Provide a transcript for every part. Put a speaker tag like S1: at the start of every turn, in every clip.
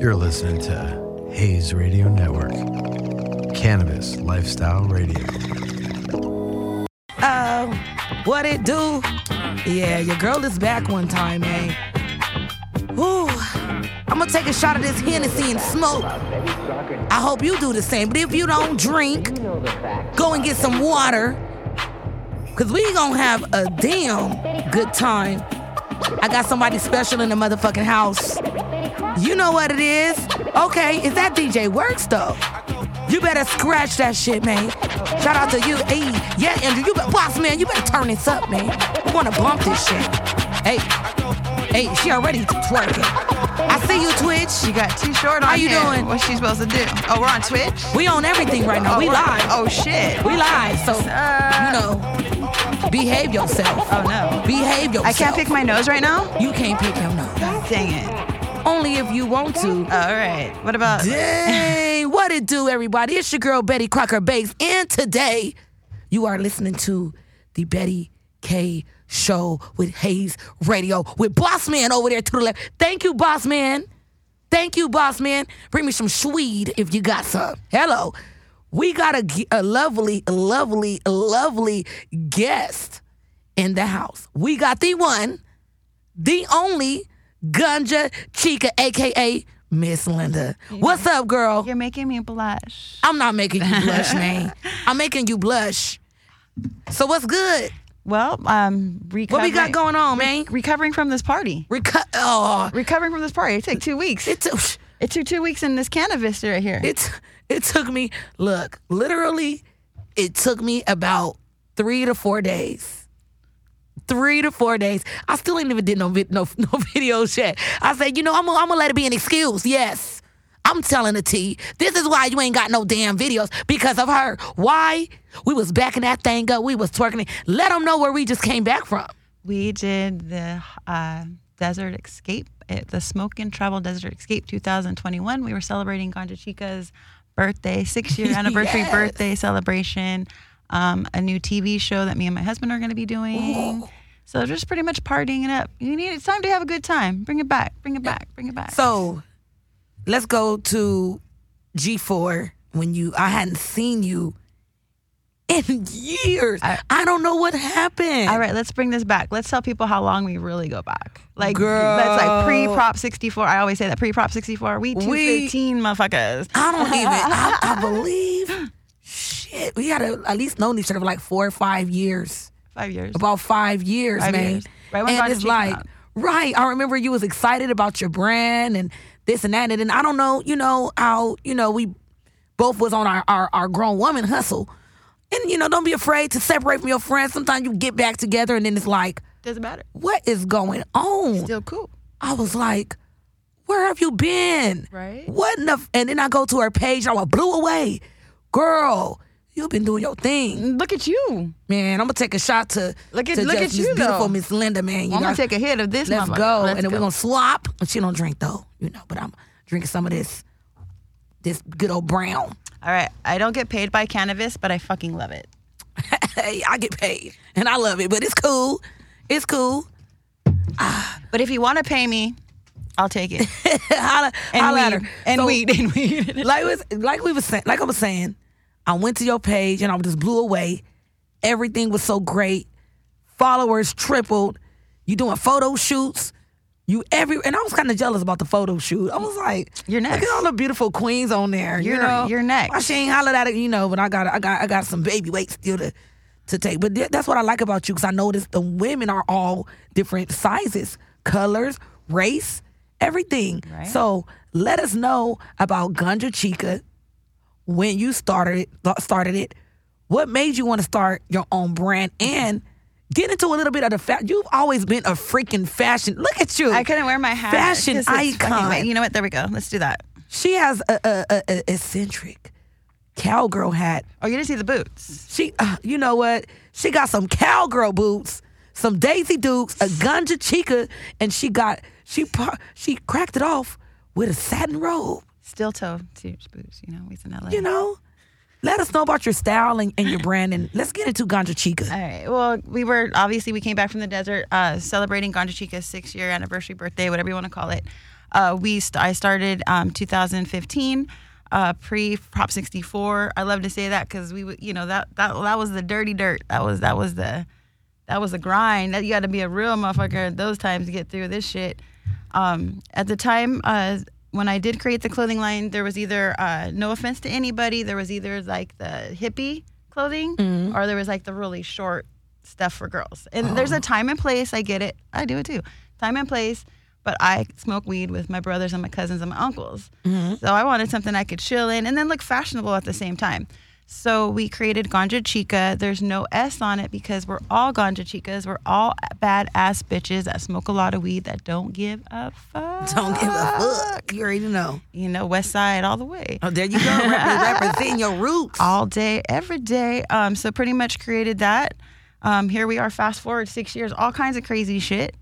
S1: You're listening to Hayes Radio Network, Cannabis Lifestyle Radio.
S2: Uh, what it do? Yeah, your girl is back one time, man. Ooh, I'm gonna take a shot of this Hennessy and smoke. I hope you do the same, but if you don't drink, go and get some water. Cause we gonna have a damn good time. I got somebody special in the motherfucking house. You know what it is? Okay, is that DJ Works though? You better scratch that shit, man. Shout out to you. Hey, yeah, Andrew, you better, boss man, you better turn this up, man. We wanna bump this shit. Hey, hey, she already twerking. I see you, Twitch.
S3: You got too short on
S2: How you
S3: here.
S2: doing?
S3: What's she supposed to do? Oh, we're on Twitch?
S2: We on everything right now.
S3: oh,
S2: We
S3: we're-
S2: live.
S3: Oh, shit.
S2: We live. So, you know, behave yourself.
S3: Oh, no.
S2: Behave yourself.
S3: I can't pick my nose right now?
S2: You can't pick him, no.
S3: Dang it.
S2: Only if you want to.
S3: All right. What about.
S2: Dang, what it do, everybody? It's your girl Betty Crocker Bakes, and today you are listening to the Betty K Show with Hayes Radio with Boss Man over there to the left. Thank you, Boss Man. Thank you, Boss Man. Bring me some Swede if you got some. Hello, we got a, g- a lovely, lovely, lovely guest in the house. We got the one the only Gunja Chica, aka Miss Linda. What's up, girl?
S3: You're making me blush.
S2: I'm not making you blush, man. I'm making you blush. So what's good?
S3: Well, um,
S2: What
S3: recovering.
S2: we got going on, man?
S3: Recovering from this party.
S2: Reco- oh,
S3: Recovering from this party. It took two weeks.
S2: it took
S3: It took two weeks in this cannabis right here.
S2: it it took me. Look, literally, it took me about three to four days. Three to four days. I still ain't even did no vid- no no videos yet. I said, you know, I'm gonna I'm gonna let it be an excuse. Yes, I'm telling the T. This is why you ain't got no damn videos because of her. Why? We was backing that thing up. We was twerking it. Let them know where we just came back from.
S3: We did the uh, Desert Escape, eh, the Smoke and Travel Desert Escape 2021. We were celebrating Ganja Chica's birthday, six year anniversary
S2: Yes.
S3: birthday celebration, um, a new TV show that me and my husband are going to be doing. So just pretty much partying it up. You need it's time to have a good time. Bring it back. Bring it back. Bring it back.
S2: So let's go to G4 when you I hadn't seen you in years. I,
S3: I-
S2: don't know what happened.
S3: all right, let's bring this back. Let's tell people how long we really go back. Like that's like pre prop 64. I always say that pre prop 64. We 215 motherfuckers.
S2: I don't even I, I believe shit. We gotta at least known each other for like four or five years.
S3: Five years.
S2: About five years,
S3: Five
S2: man.
S3: years. Right when
S2: and
S3: Prodigy
S2: it's
S3: came
S2: like
S3: out.
S2: right. I remember you was excited about your brand and this and that. And then I don't know, you know, how, you know, we both was on our, our, our grown woman hustle. And you know, don't be afraid to separate from your friends. Sometimes you get back together and then it's like,
S3: Doesn't matter.
S2: what is going on?
S3: Still cool.
S2: I was like, where have you been?
S3: Right.
S2: What in the? F-? And then I go to her page and I was blew away. Girl, you've been doing your thing.
S3: Look at you.
S2: Man, I'm gonna take a shot to
S3: Look at-
S2: to
S3: look
S2: just Miss
S3: at you,
S2: beautiful
S3: though.
S2: Miss Linda, man. You
S3: I'm
S2: know,
S3: gonna take a hit of this.
S2: let's
S3: motherfucker.
S2: go.
S3: Let's
S2: and then we're
S3: go.
S2: gonna swap. She don't drink though, you know, but I'm drinking some of this this good old brown.
S3: All right. I don't get paid by cannabis, but I fucking love it.
S2: hey, I get paid. And I love it, but it's cool. It's cool.
S3: But if you want to pay me, I'll take it.
S2: holla,
S3: And
S2: holla at
S3: weed.
S2: her.
S3: And
S2: So-
S3: weed. And weed.
S2: like was like we was saying, like I was saying, I went to your page and I was just blew away. Everything was so great. Followers tripled. You doing photo shoots. You every and I was kind of jealous about the photo shoot. I was like,
S3: You're
S2: Look
S3: next.
S2: at all the beautiful queens on there. you
S3: You're-
S2: know,
S3: you're next.
S2: Why she ain't hollered at it, you know? But I got I got I got some baby weight still to to take. But th- that's what I like about you because I noticed the women are all different sizes, colors, race, everything.
S3: Right.
S2: So let us know about Gunja Chica when you started it, th- started it. What made you want to start your own brand and get into a little bit of the fact you've always been a freaking fashion. Look at you!
S3: I couldn't wear my hat.
S2: Fashion
S3: 'cause it's fucking-
S2: icon.
S3: wait, you know what? There we go. Let's do that.
S2: She has a, a, a, a eccentric cowgirl hat.
S3: Oh, you didn't see the boots.
S2: She, uh, you know what? She got some cowgirl boots, some Daisy Dukes, a Gunja Chica, and she got she pro- she cracked it off with a satin robe.
S3: Steel toe serious boots. You know, we in LA.
S2: You know, let us know about your style and, and your brand, and let's get into Gunja Chica.
S3: All right. Well, we were obviously we came back from the desert uh, celebrating Ganja Chica's six year anniversary birthday, whatever you want to call it. Uh, we st- I started um, 2015. Uh, pre Prop 64. I love to say that because we, would, you know, that that that was the dirty dirt. That was that was the that was a grind. That you got to be a real motherfucker at those times to get through this shit. Um, at the time uh, when I did create the clothing line, there was either uh, no offense to anybody, there was either like the hippie clothing or there was like the really short stuff for girls. And there's a time and place. I get it. I do it too. Time and place. But I smoke weed with my brothers and my cousins and my uncles. So I wanted something I could chill in and then look fashionable at the same time. So we created Ganja Chica. There's no S on it because we're all Ganja Chicas. We're all badass bitches that smoke a lot of weed that don't give a fuck.
S2: Don't give a fuck. You already know.
S3: You know, West Side all the way.
S2: Oh, there you go. Repre- Represent your roots.
S3: All day, every day. Um, so pretty much created that. Um, here we are, fast forward six years, all kinds of crazy shit.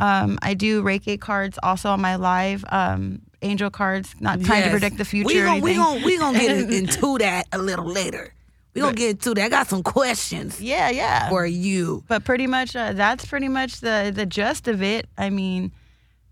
S3: Um, I do Reiki cards also on my live um, angel cards, not trying to
S2: Yes.
S3: predict the future
S2: We
S3: or
S2: gon' we
S3: anything.
S2: gon' we gonna get in- into that a little later. We gonna get into that. I got some questions
S3: yeah, yeah.
S2: for you.
S3: but pretty much uh, that's pretty much the the gist of it. I mean,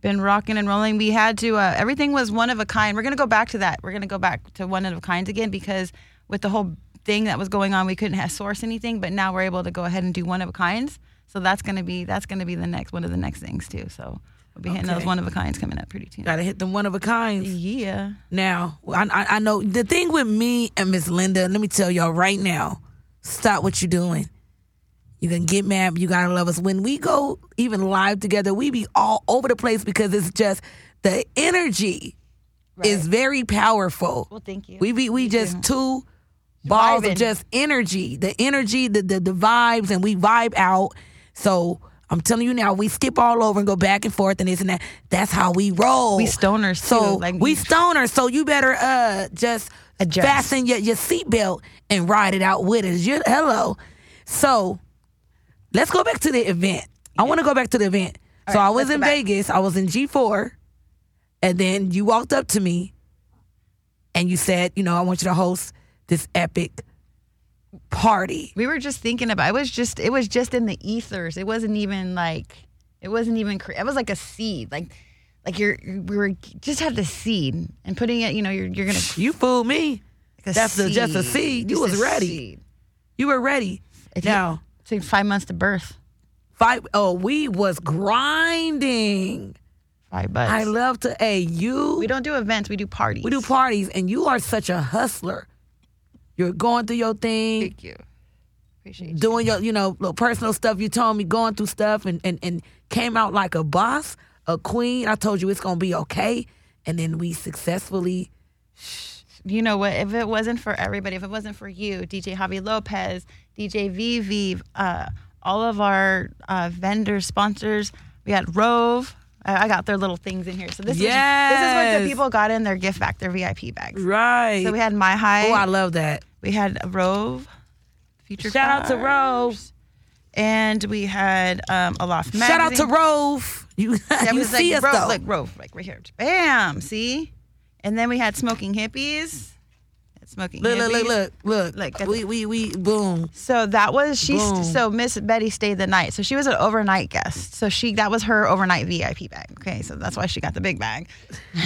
S3: been rocking and rolling. We had to uh, everything was one of a kind. We're gonna go back to that. We're gonna go back to one of a kinds again because with the whole thing that was going on, we couldn't have source anything. But now we're able to go ahead and do one of a kinds. So that's gonna be that's gonna be the next one of the next things too. So we'll be hitting those
S2: Okay.
S3: one of a kinds coming up pretty soon.
S2: Gotta hit them one of a kinds.
S3: Yeah.
S2: Now, I, I, I know the thing with me and Miss Linda, let me tell y'all right now stop what you're doing. You can get mad, but you gotta love us. When we go even live together, we be all over the place because it's just the energy is very powerful.
S3: Well, thank you.
S2: We be we just two balls of
S3: Vibing.
S2: just energy. The energy, the, the the vibes, and we vibe out. So I'm telling you now, we skip all over and go back and forth and this and that. That's how we roll.
S3: We stoners,
S2: So
S3: too, like-
S2: we stoners. So you better uh just
S3: Adjust.
S2: fasten your, your seatbelt and ride it out with us. You, hello. So let's go back to the event. I want to go back to the event. so I was in Vegas. I was in G4, and then you walked up to me, and you said, "You know, I want you to host this epic party."
S3: We were just thinking about. It was just. It was just in the ethers. It wasn't even like. It wasn't even. cre- It was like a seed. Like, like you're. you- We were just had the seed and putting it. You know, you're. You're gonna.
S2: You fooled me.
S3: like a
S2: That's a- just a seed. You
S3: Just
S2: was
S3: a
S2: ready.
S3: seed.
S2: You were ready.
S3: It took-
S2: Now,
S3: it took five months to birth.
S2: five. Oh, we was grinding.
S3: Five bucks.
S2: I love to. Hey, you.
S3: we don't do events. We do parties.
S2: We do parties, and you are such a hustler. You're going through your thing.
S3: Thank you. Appreciate. You.
S2: doing your you know little personal stuff you told me going through stuff and, and and came out like a boss a queen i told you it's gonna be okay and then we successfully
S3: you know what? If it wasn't for everybody, if it wasn't for you, DJ Javi Lopez, DJ VV, uh, all of our uh, vendors, sponsors, we had Rove. I I got their little things in here. So this is this is what
S2: Yes.
S3: the people got in their gift bag, their VIP bags.
S2: right
S3: So we had My High.
S2: oh i love that
S3: we had Rove. Future
S2: shout out to
S3: Cars,
S2: rove
S3: And we had um, Aloft Magazine.
S2: shout out to rove you,
S3: That
S2: you
S3: was
S2: see us
S3: like Rove,
S2: though
S3: like Rove, like right here. Bam. See. And then we had Smoking Hippies. Smoking
S2: look
S3: hippies.
S2: look look look look
S3: Like, that's-
S2: we we we boom
S3: So that was she.
S2: Boom.
S3: St- so Miss Betty stayed the night. So she was an overnight guest. So she that was her overnight VIP bag. Okay, so that's why she got the big bag.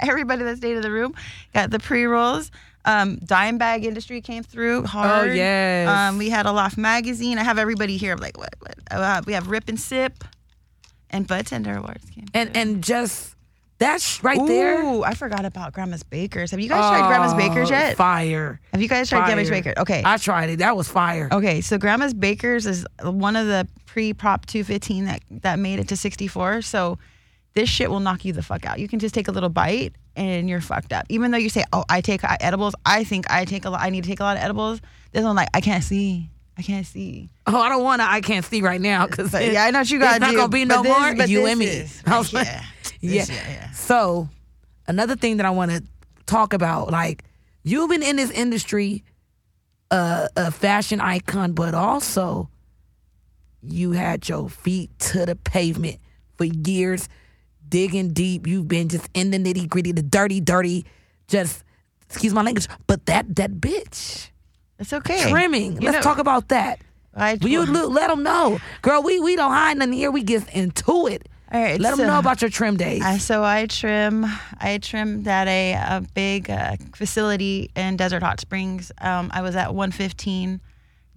S3: Everybody that stayed in the room got the pre rolls. Um, dime bag industry came through hard.
S2: Oh, yes.
S3: Um, we had a Loft magazine. I have everybody here. I'm like what? what? Uh, we have Rip and Sip, and Bud Tender Awards came.
S2: and and just that's right
S3: Ooh,
S2: there
S3: I forgot about Grandma's Bakers. Have you guys tried Grandma's Bakers
S2: Oh,
S3: yet?
S2: fire
S3: Have you guys tried Grandma's
S2: Fire.
S3: Bakers? Okay.
S2: i tried it that was fire
S3: Okay, so Grandma's Bakers is one of the pre Prop 215 that that made it to 64. So this shit will knock you the fuck out. You can just take a little bite and you're fucked up. Even though you say, "Oh, I take uh, edibles," I think I take a lot. I need to take a lot of edibles. This one, like, I can't see. I can't see.
S2: Oh, I don't want to. I can't see right now because
S3: But yeah, I know what you gotta
S2: It's not
S3: do,
S2: gonna be
S3: but
S2: no
S3: this-
S2: more.
S3: but
S2: you
S3: this
S2: and me.
S3: is-
S2: I was
S3: yeah.
S2: like, yeah.
S3: This- yeah, yeah.
S2: So, another thing that I want to talk about, like you've been in this industry, uh, a fashion icon, but also you had your feet to the pavement for years, digging deep. You've been just in the nitty gritty, the dirty, dirty, just excuse my language, but that that bitch
S3: It's okay.
S2: trimming.
S3: You
S2: Let's
S3: know,
S2: talk about that.
S3: I,
S2: Well, you look, let them know, girl. We we don't hide nothing here. We gets into it.
S3: All right.
S2: Let
S3: so-
S2: them know about your trim days.
S3: Uh, so I trim, I trimmed at a, a big uh, facility in Desert Hot Springs. Um, I was at 115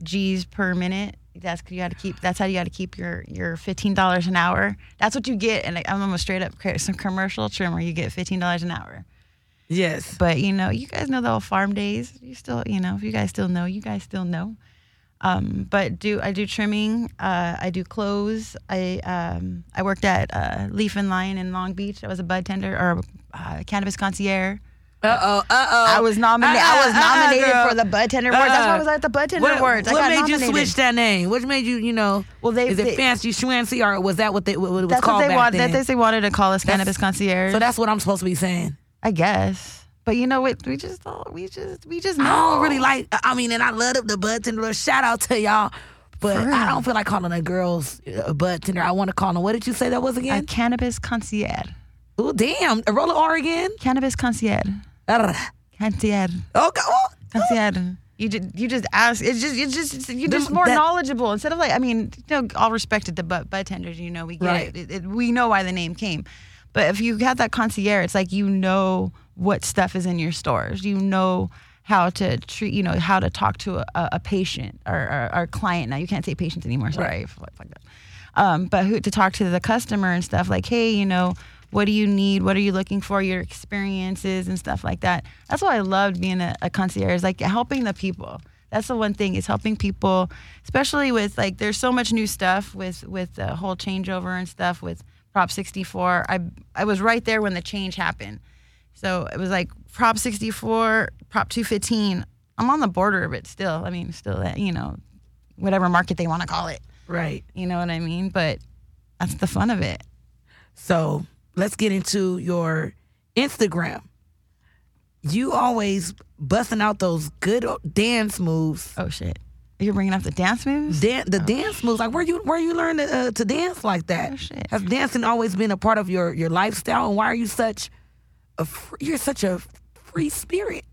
S3: G's per minute. That's you got to keep. That's how you got to keep your your fifteen dollars an hour. That's what you get. And I- I'm a straight up cra- some commercial trimmer. You get fifteen dollars an hour.
S2: yes.
S3: But you know, you guys know the old farm days. You still, you know, if you guys still know, you guys still know. Um, but do I do trimming? Uh, I do clothes. I um, I worked at uh, Leaf and Lion in Long Beach. I was a bud tender or uh, cannabis concierre.
S2: Uh oh. Uh oh.
S3: I was nominated. I
S2: Ah,
S3: was nominated for the bud tender awards. That's why I was at the bud tender
S2: Uh-uh, What,
S3: awards. I
S2: what
S3: got
S2: made
S3: nominated.
S2: you switch that name? What made you, you know?
S3: Well, they-
S2: is it
S3: they-
S2: fancy schmancy or was that what, they, what it was
S3: That's
S2: called
S3: what they
S2: back
S3: wanted.
S2: then?
S3: That they wanted to call us cannabis concierge.
S2: so that's what I'm supposed to be saying.
S3: I guess. But you know what? We just don't- we just we just know.
S2: I don't really like. I mean, and I love the, the bud tender. Shout out to y'all, but
S3: For
S2: I
S3: real.
S2: don't feel like calling a girl's a bud tender. I want to call them. What did you say that was
S3: a
S2: again?
S3: cannabis concierge.
S2: Oh damn, a roll of R again.
S3: Cannabis concierge.
S2: Arr.
S3: Concierge.
S2: Okay. oh,
S3: Concierge. You just you just ask. It's just it's just you're just
S2: The-
S3: more
S2: that-
S3: knowledgeable instead of like I mean, you know, all respect to the butt butt tenders. You know, we get
S2: Right.
S3: it. It, it. We know why the name came. But if you have that concierge, it's like you know what stuff is in your stores. You know how to treat. You know how to talk to a, a patient or, or, or client. Now you can't say patients anymore. Sorry, I fucked up. Um, but who to talk to the customer and stuff like, hey, you know. What do you need? What are you looking for? Your experiences and stuff like that. That's why I loved being a, a concierge, like helping the people that's the one thing is helping people especially with like there's so much new stuff with with the whole changeover and stuff with prop 64 i i was right there when the change happened so it was like prop 64 prop 215 i'm on the border of it still i mean still that you know whatever market they want to call it
S2: Right.
S3: you know what i mean but that's the fun of it
S2: So let's get into your Instagram. You always busting out those good o- dance moves.
S3: oh shit you're bringing up the dance moves
S2: Dan- the dance moves, like where you where you learn to, uh, to dance like that?
S3: Oh, shit.
S2: Has dancing always been a part of your your lifestyle? And why are you such a fr- you're such a free spirit?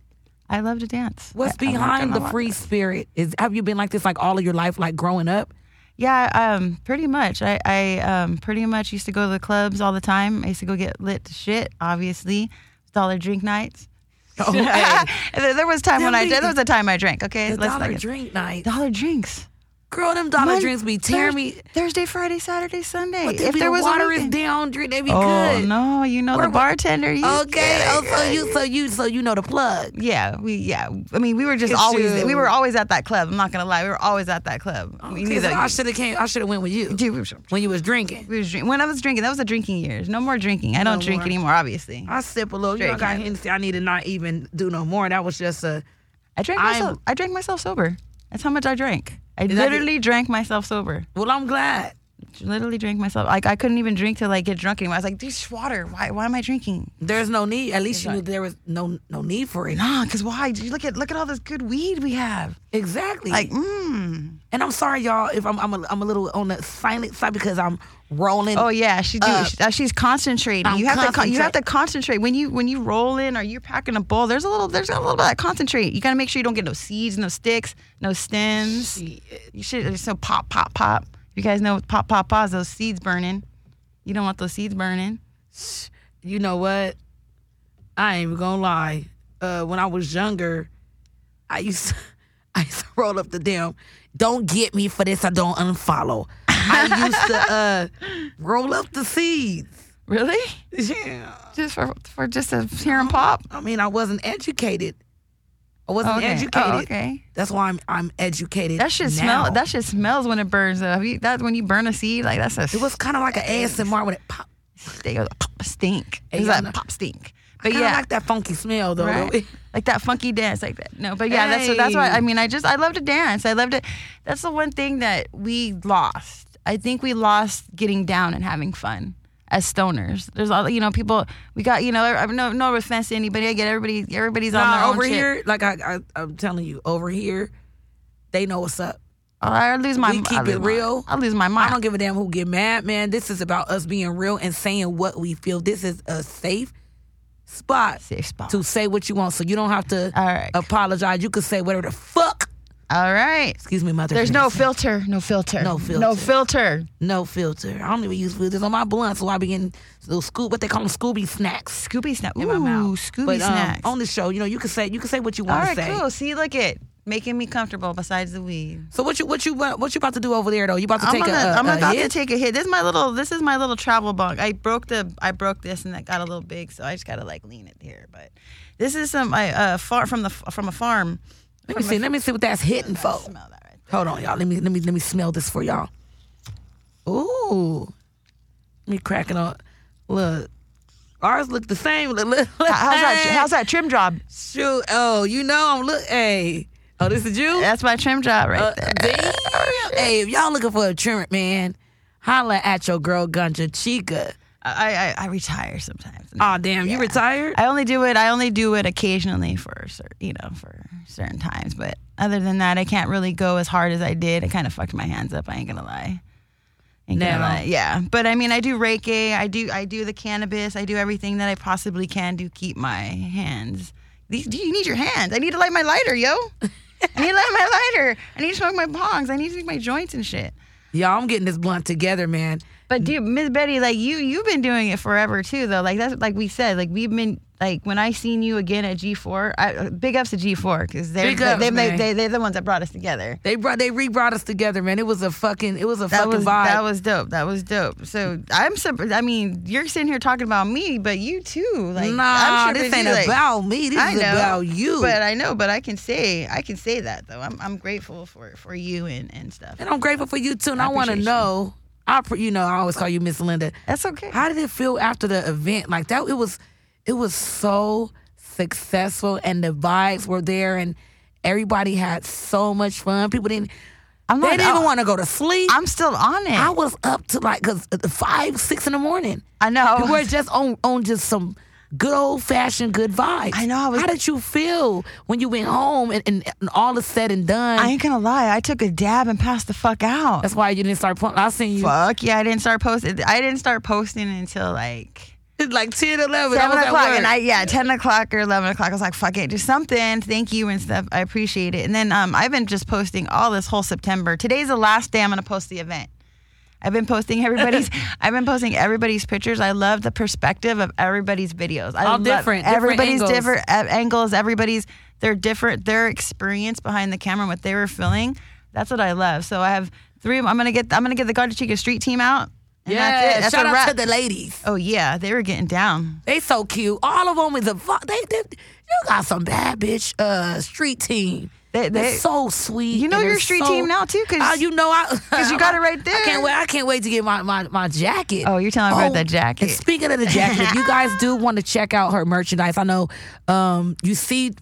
S3: i love to dance
S2: What's
S3: I- I like to-
S2: behind
S3: I
S2: the
S3: like-
S2: free spirit? Is have you been like this like all of your life, like growing up?
S3: Yeah, um, pretty much. I, I um, pretty much used to go to the clubs all the time. I used to go get lit to shit, obviously. Dollar drink nights.
S2: Oh, hey,
S3: there, there was time when I did. There was a time I drank. Okay,
S2: the dollar
S3: not-
S2: drink night,
S3: dollar drinks.
S2: girl. Them dollar
S3: Mon-
S2: drinks be tearing me.
S3: Thurs- Thursday, Friday, Saturday, Sunday.
S2: But
S3: if there was a
S2: water is
S3: weekend-
S2: down drink, they be
S3: oh
S2: good.
S3: no, you know
S2: Where-
S3: the bartender. You
S2: Okay. Oh, so you, so you, so you know the plug.
S3: Yeah, we yeah. I mean, we were just
S2: It's
S3: always
S2: you.
S3: we were always at that club. I'm not gonna lie, we were always at that club. we
S2: Okay,
S3: knew
S2: so Oh, I
S3: that.
S2: should have came. I should have went with you
S3: Dude, we were-
S2: when you was drinking.
S3: we was drink- when I was drinking, that was the drinking years. No more drinking. I don't drink
S2: more.
S3: anymore, obviously.
S2: I sip a little. you know, I
S3: Straight
S2: got
S3: cannabis.
S2: Hennessy. I need to not even do no more. That was just a.
S3: I drank
S2: I'm-
S3: myself. I drank myself sober. That's how much I drank. I
S2: that the-
S3: literally drank myself sober.
S2: Well, I'm glad.
S3: Literally drank myself. Like I couldn't even drink till like get drunk anymore. I was like, "This water. Why? Why am I drinking?
S2: There's no need. At least you knew there was no no need for it.
S3: Nah, cause why? Dude, Look at look at all this good weed we have.
S2: Exactly.
S3: Like, mmm.
S2: and I'm sorry, y'all, if I'm I'm a, I'm a little on the silent side because I'm rolling.
S3: Oh yeah, she do.
S2: Uh,
S3: she- uh, she's concentrating.
S2: I'm
S3: you have to. Con- you have to concentrate when you when you roll in or you're packing a bowl. There's a little. There's a little bit of that concentrate. You gotta make sure you don't get no seeds, no sticks, no stems. You should. There's no pop, pop, pop. You guys know what pop, pop, pop is those seeds burning. You don't want those seeds burning.
S2: you know what? I ain't even gonna lie. Uh, when I was younger, I used to, I used to roll up the damn. Don't get me for this. I don't unfollow. I used to uh, roll up the seeds.
S3: Really?
S2: Yeah.
S3: Just for for just a hearing pop.
S2: I mean, I wasn't educated. I wasn't
S3: Okay.
S2: educated.
S3: Oh, okay.
S2: That's why I'm I'm educated.
S3: That shit
S2: now.
S3: smell. That shit smells when it burns. Though. Have you, that when you burn a seed, like that's a
S2: it was kind of like an ASMR when it popped.
S3: stink. It was a pop stink. It
S2: Hey,
S3: was
S2: y'all
S3: like
S2: know-
S3: pop stink.
S2: I
S3: But
S2: kinda
S3: yeah,
S2: like that funky smell though.
S3: right? like that funky dance like that no but yeah that's what that's why
S2: Hey.
S3: i mean i just i love to dance i love to that's the one thing that we lost i think we lost getting down and having fun as stoners there's all you know people we got you know I- no no offense to anybody i get everybody everybody's on their
S2: Nah,
S3: own
S2: over
S3: shit.
S2: here, like I, I I'm telling you, over here, they know what's up.
S3: Oh, i lose my
S2: We keep
S3: I lose
S2: it
S3: my-
S2: real.
S3: i lose my
S2: I
S3: mind
S2: don't give a damn who get mad, man. This is about us being real and saying what we feel. This is a safe spot
S3: safe spot
S2: to say what you want, so you don't have to
S3: all right
S2: Oh. apologize. You can say whatever the fuck
S3: All right.
S2: Excuse me, mother.
S3: There's no filter. No filter.
S2: No filter.
S3: No filter.
S2: no filter. I don't even use filters on my blunt, so I be getting little scoop. What they call them, Scooby snacks.
S3: Scooby snack.
S2: in my mouth.
S3: Scooby
S2: but, um,
S3: snacks.
S2: on the show, you know, you can say you can say what you
S3: All
S2: want
S3: right,
S2: to say.
S3: cool. See, look at making me comfortable. Besides the weed,
S2: So what you what you what you about to do over there though? You about to
S3: I'm
S2: take
S3: gonna,
S2: a, a,
S3: I'm
S2: a
S3: about
S2: hit?
S3: to take a hit. This is my little. This is my little travel bunk. I broke the. I broke this and that got a little big, so I just gotta like lean it here. But this is some I uh far from the from a farm.
S2: let me see. Let me see what that's hitting for.
S3: Smell that right
S2: Hold on, y'all. Let me let me let me smell this for y'all. Ooh, me cracking up. Look, ours look the same. Look, look, look.
S3: there. How's that? How's that trim job?
S2: Shoot. Oh, you know I'm look. Hey. Oh, this is you.
S3: That's my trim job right
S2: Uh,
S3: there.
S2: damn. Hey, if y'all looking for a trimmer, man, holla at your girl Gunja Chica.
S3: I, I I retire sometimes.
S2: Aw, damn, you retired?
S3: I only do it. I only do it occasionally for cer- you know for certain times. But other than that, I can't really go as hard as I did. It kind of fucked my hands up. I ain't gonna lie. Ain't gonna
S2: No.
S3: lie. Yeah, but I mean, I do reiki. I do I do the cannabis. I do everything that I possibly can to keep my hands. These, do you need your hands? I need to light my lighter, yo. I need to light my lighter. I need to smoke my bongs. I need to make my joints and shit.
S2: Y'all, I'm getting this blunt together, man.
S3: But dude, Miss Betty, like you, you've been doing it forever too, though. Like that's like we said, like we've been like when I seen you again at G four. uh, Big ups to G four because they're
S2: Big ups,
S3: they, they,
S2: man.
S3: they, they're the ones that brought us together.
S2: They brought they re brought us together, man. It was a fucking it was a
S3: That
S2: fucking
S3: was
S2: vibe.
S3: that was dope. That was dope. So I'm surprised. I mean, you're sitting here talking about me, but you too. Like
S2: nah,
S3: I'm sure
S2: this ain't about me. This
S3: I
S2: is
S3: know,
S2: about you.
S3: But I know, but I can say I can say that though. I'm I'm grateful for for you and and stuff.
S2: and I'm grateful for you too. And I,
S3: I
S2: want to
S3: appreciate you.
S2: know. I pre- you know I always call you Miss Linda.
S3: That's okay.
S2: How did it feel after the event? Like that, it was, it was so successful, and the vibes were there, and everybody had so much fun. People didn't,
S3: I'm
S2: they
S3: not-
S2: didn't even
S3: I-
S2: want to go to sleep.
S3: I'm still on it.
S2: I
S3: I,
S2: was up to like cause uh, five, six in the morning.
S3: know.
S2: We were just on on just some good old fashioned good vibes.
S3: I know, I was-
S2: How did you feel when you went home and, and, and all is said and done?
S3: I ain't gonna lie. I took a dab and passed the fuck out.
S2: That's why you didn't start. Pl- I seen you
S3: Fuck yeah! I didn't start posting. I didn't start posting until like
S2: It's like ten, eleven. I
S3: seven
S2: was at
S3: o'clock,
S2: work.
S3: and I yeah, ten o'clock or eleven o'clock. I was like, fuck it, do something. Thank you and stuff. I appreciate it. And then um, I've been just posting all this whole September. Today's the last day I'm gonna post the event. I've been posting everybody's. I've been posting everybody's pictures. I love the perspective of everybody's videos. I
S2: All
S3: love
S2: different, different
S3: Everybody's
S2: angles.
S3: different uh, angles. Everybody's their different their experience behind the camera, and what they were feeling. That's what I love. So I have three. of- I'm gonna get. I'm gonna get the Garda Chica Street Team out. and
S2: yeah.
S3: that's it. That's
S2: shout
S3: a
S2: out
S3: wrap.
S2: to the ladies.
S3: Oh yeah, they were getting down.
S2: They so cute. All of them is a fu- they, they you got some bad bitch uh street team.
S3: They-
S2: They're
S3: they-
S2: so sweet.
S3: You know
S2: and
S3: your
S2: they're
S3: street
S2: so-
S3: team now, too, 'cause-
S2: Oh, you know I
S3: 'cause you got it right
S2: I
S3: there.
S2: can't wait. I can't wait to get my my, my jacket.
S3: Oh, you're telling me about that jacket.
S2: and speaking of the jacket, if you guys do want to check out her merchandise, I know um you see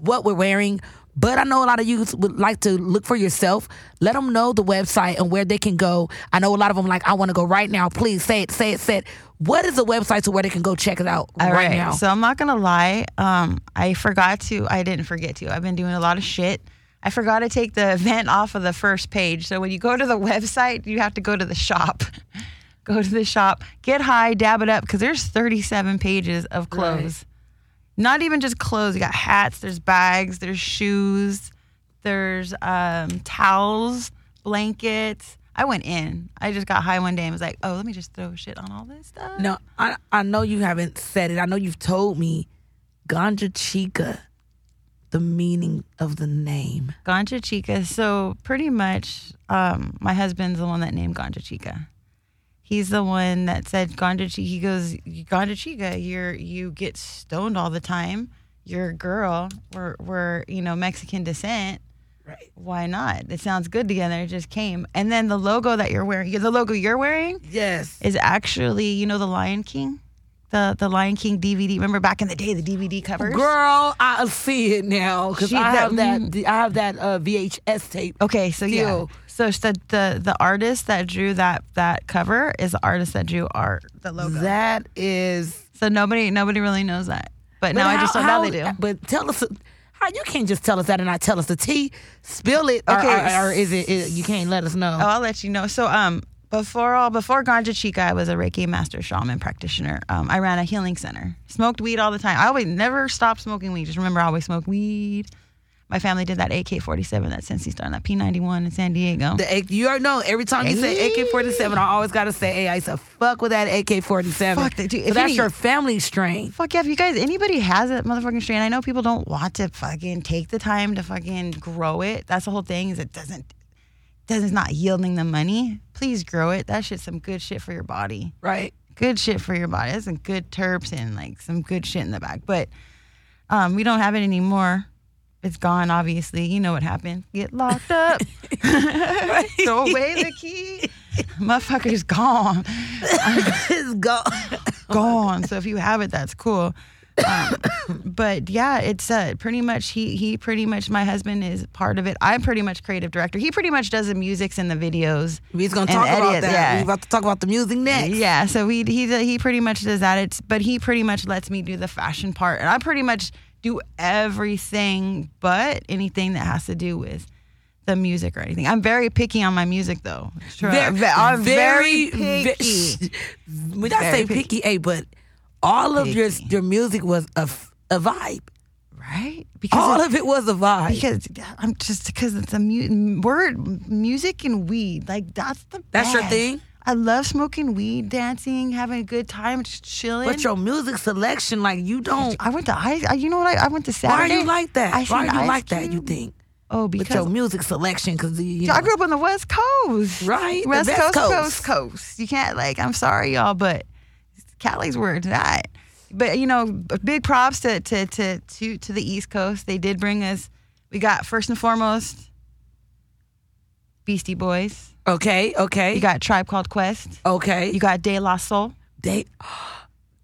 S2: what we're wearing. But I know a lot of you would like to look for yourself. Let them know the website and where they can go. I know a lot of them like, I want to go right now. Please say it, say it, say it. What is the website to where they can go check it out
S3: All
S2: right, now?
S3: So I'm not gonna lie. Um, I forgot to. I didn't forget to. I've been doing a lot of shit. I forgot to take the event off of the first page. So when you go to the website, you have to go to the shop. go to the shop, get high, dab it up, because there's 37 pages of clothes. Not even just clothes. You got hats. There's bags. There's shoes. There's um, towels, blankets. I went in. I just got high one day and was like, oh, let me just throw shit on all this stuff.
S2: No, I I know you haven't said it. I know you've told me Ganja Chica, the meaning of the name.
S3: Ganja Chica. So pretty much, um, my husband's the one that named Ganja Chica. He's the one that said Ganja Chica. He goes, Ganja Chica, you're you get stoned all the time. You're a girl. We're we're you know Mexican descent.
S2: Right.
S3: Why not? It sounds good together. It just came. And then the logo that you're wearing, the logo you're wearing,
S2: Yes.
S3: is actually you know the Lion King, the the Lion King DVD. Remember back in the day, the DVD covers.
S2: Girl, I see it now because
S3: She-
S2: I
S3: that-
S2: have that. Oh, I have that uh, VHS tape.
S3: Okay, so yeah.
S2: Still.
S3: So it's the, the the artist that drew that that cover is the artist that drew our the logo.
S2: That is.
S3: so nobody nobody really knows that.
S2: But
S3: But, now I
S2: how-
S3: just don't
S2: how-
S3: know they do.
S2: But tell us how you can't just tell us that and not tell us the tea. Spill it. or-
S3: Okay.
S2: Or, or is it, it- You can't let us know.
S3: Oh, I'll let you know. So um before all before Ganja Chica, I was a Reiki master shaman practitioner. Um, I ran a healing center. Smoked weed all the time. I always never stopped smoking weed. Just remember I always smoked weed. my family did that AK-47, that Sensi Star, and that P-91 in San Diego.
S2: The A- you already know every time you say AK forty seven, I always gotta say, "Hey, I said fuck with that AK forty seven.
S3: Fuck that, dude.
S2: So
S3: If
S2: that's
S3: any-
S2: your family strain.
S3: Fuck yeah, if you guys, anybody has that motherfucking strain, I know people don't want to fucking take the time to fucking grow it. That's the whole thing is it doesn't, doesn't it's not yielding the money. Please grow it. That shit's some good shit for your body.
S2: Right.
S3: good shit for your body. That's some good terps and like some good shit in the back. But um, we don't have it anymore. It's gone, obviously. You know what happened. Get locked up. Throw away the key. Motherfucker's gone.
S2: it's gone.
S3: Gone. So if you have it, that's cool. Um, but yeah, it's uh, pretty much he he pretty much my husband is part of it. I'm pretty much creative director. He pretty much does the musics and the videos.
S2: We're gonna
S3: and
S2: talk about
S3: edit,
S2: that.
S3: yeah.
S2: We're about to talk about the music next.
S3: Yeah, so he he he pretty much does that. It's but he pretty much lets me do the fashion part, and I pretty much do everything but anything that has to do with the music or anything. I'm very picky on my music though. Sure.
S2: Ve-
S3: I'm very,
S2: ve-
S3: picky.
S2: When I
S3: Very
S2: say picky, hey, but all of your
S3: Picky.
S2: your music was a, f- a vibe.
S3: right?
S2: All
S3: it-
S2: of it was a vibe.
S3: because I'm just because it's a mu- word music and weed like that's the
S2: That's your
S3: best.
S2: thing?
S3: I love smoking weed, dancing, having a good time, just chilling.
S2: but your music selection, like you don't.
S3: I went to I, I you know what I, I went to
S2: Why are
S3: Saturday.
S2: you like that? Why
S3: I
S2: are
S3: seen
S2: you
S3: Ice
S2: like that? You
S3: Cube.
S2: think?
S3: Oh,
S2: But
S3: because
S2: your music selection, because you, you
S3: I
S2: know,
S3: grew up on the West Coast.
S2: Right, the
S3: West
S2: best
S3: Coast,
S2: coast.
S3: Coast, Coast. You can't, like, I'm sorry, y'all, but Cali's where it's at. But, you know, b- big props to, to, to, to, to the East Coast. They did bring us, we got first and foremost Beastie Boys.
S2: okay, okay,
S3: You got Tribe Called Quest.
S2: okay.
S3: You got De La Soul.
S2: De,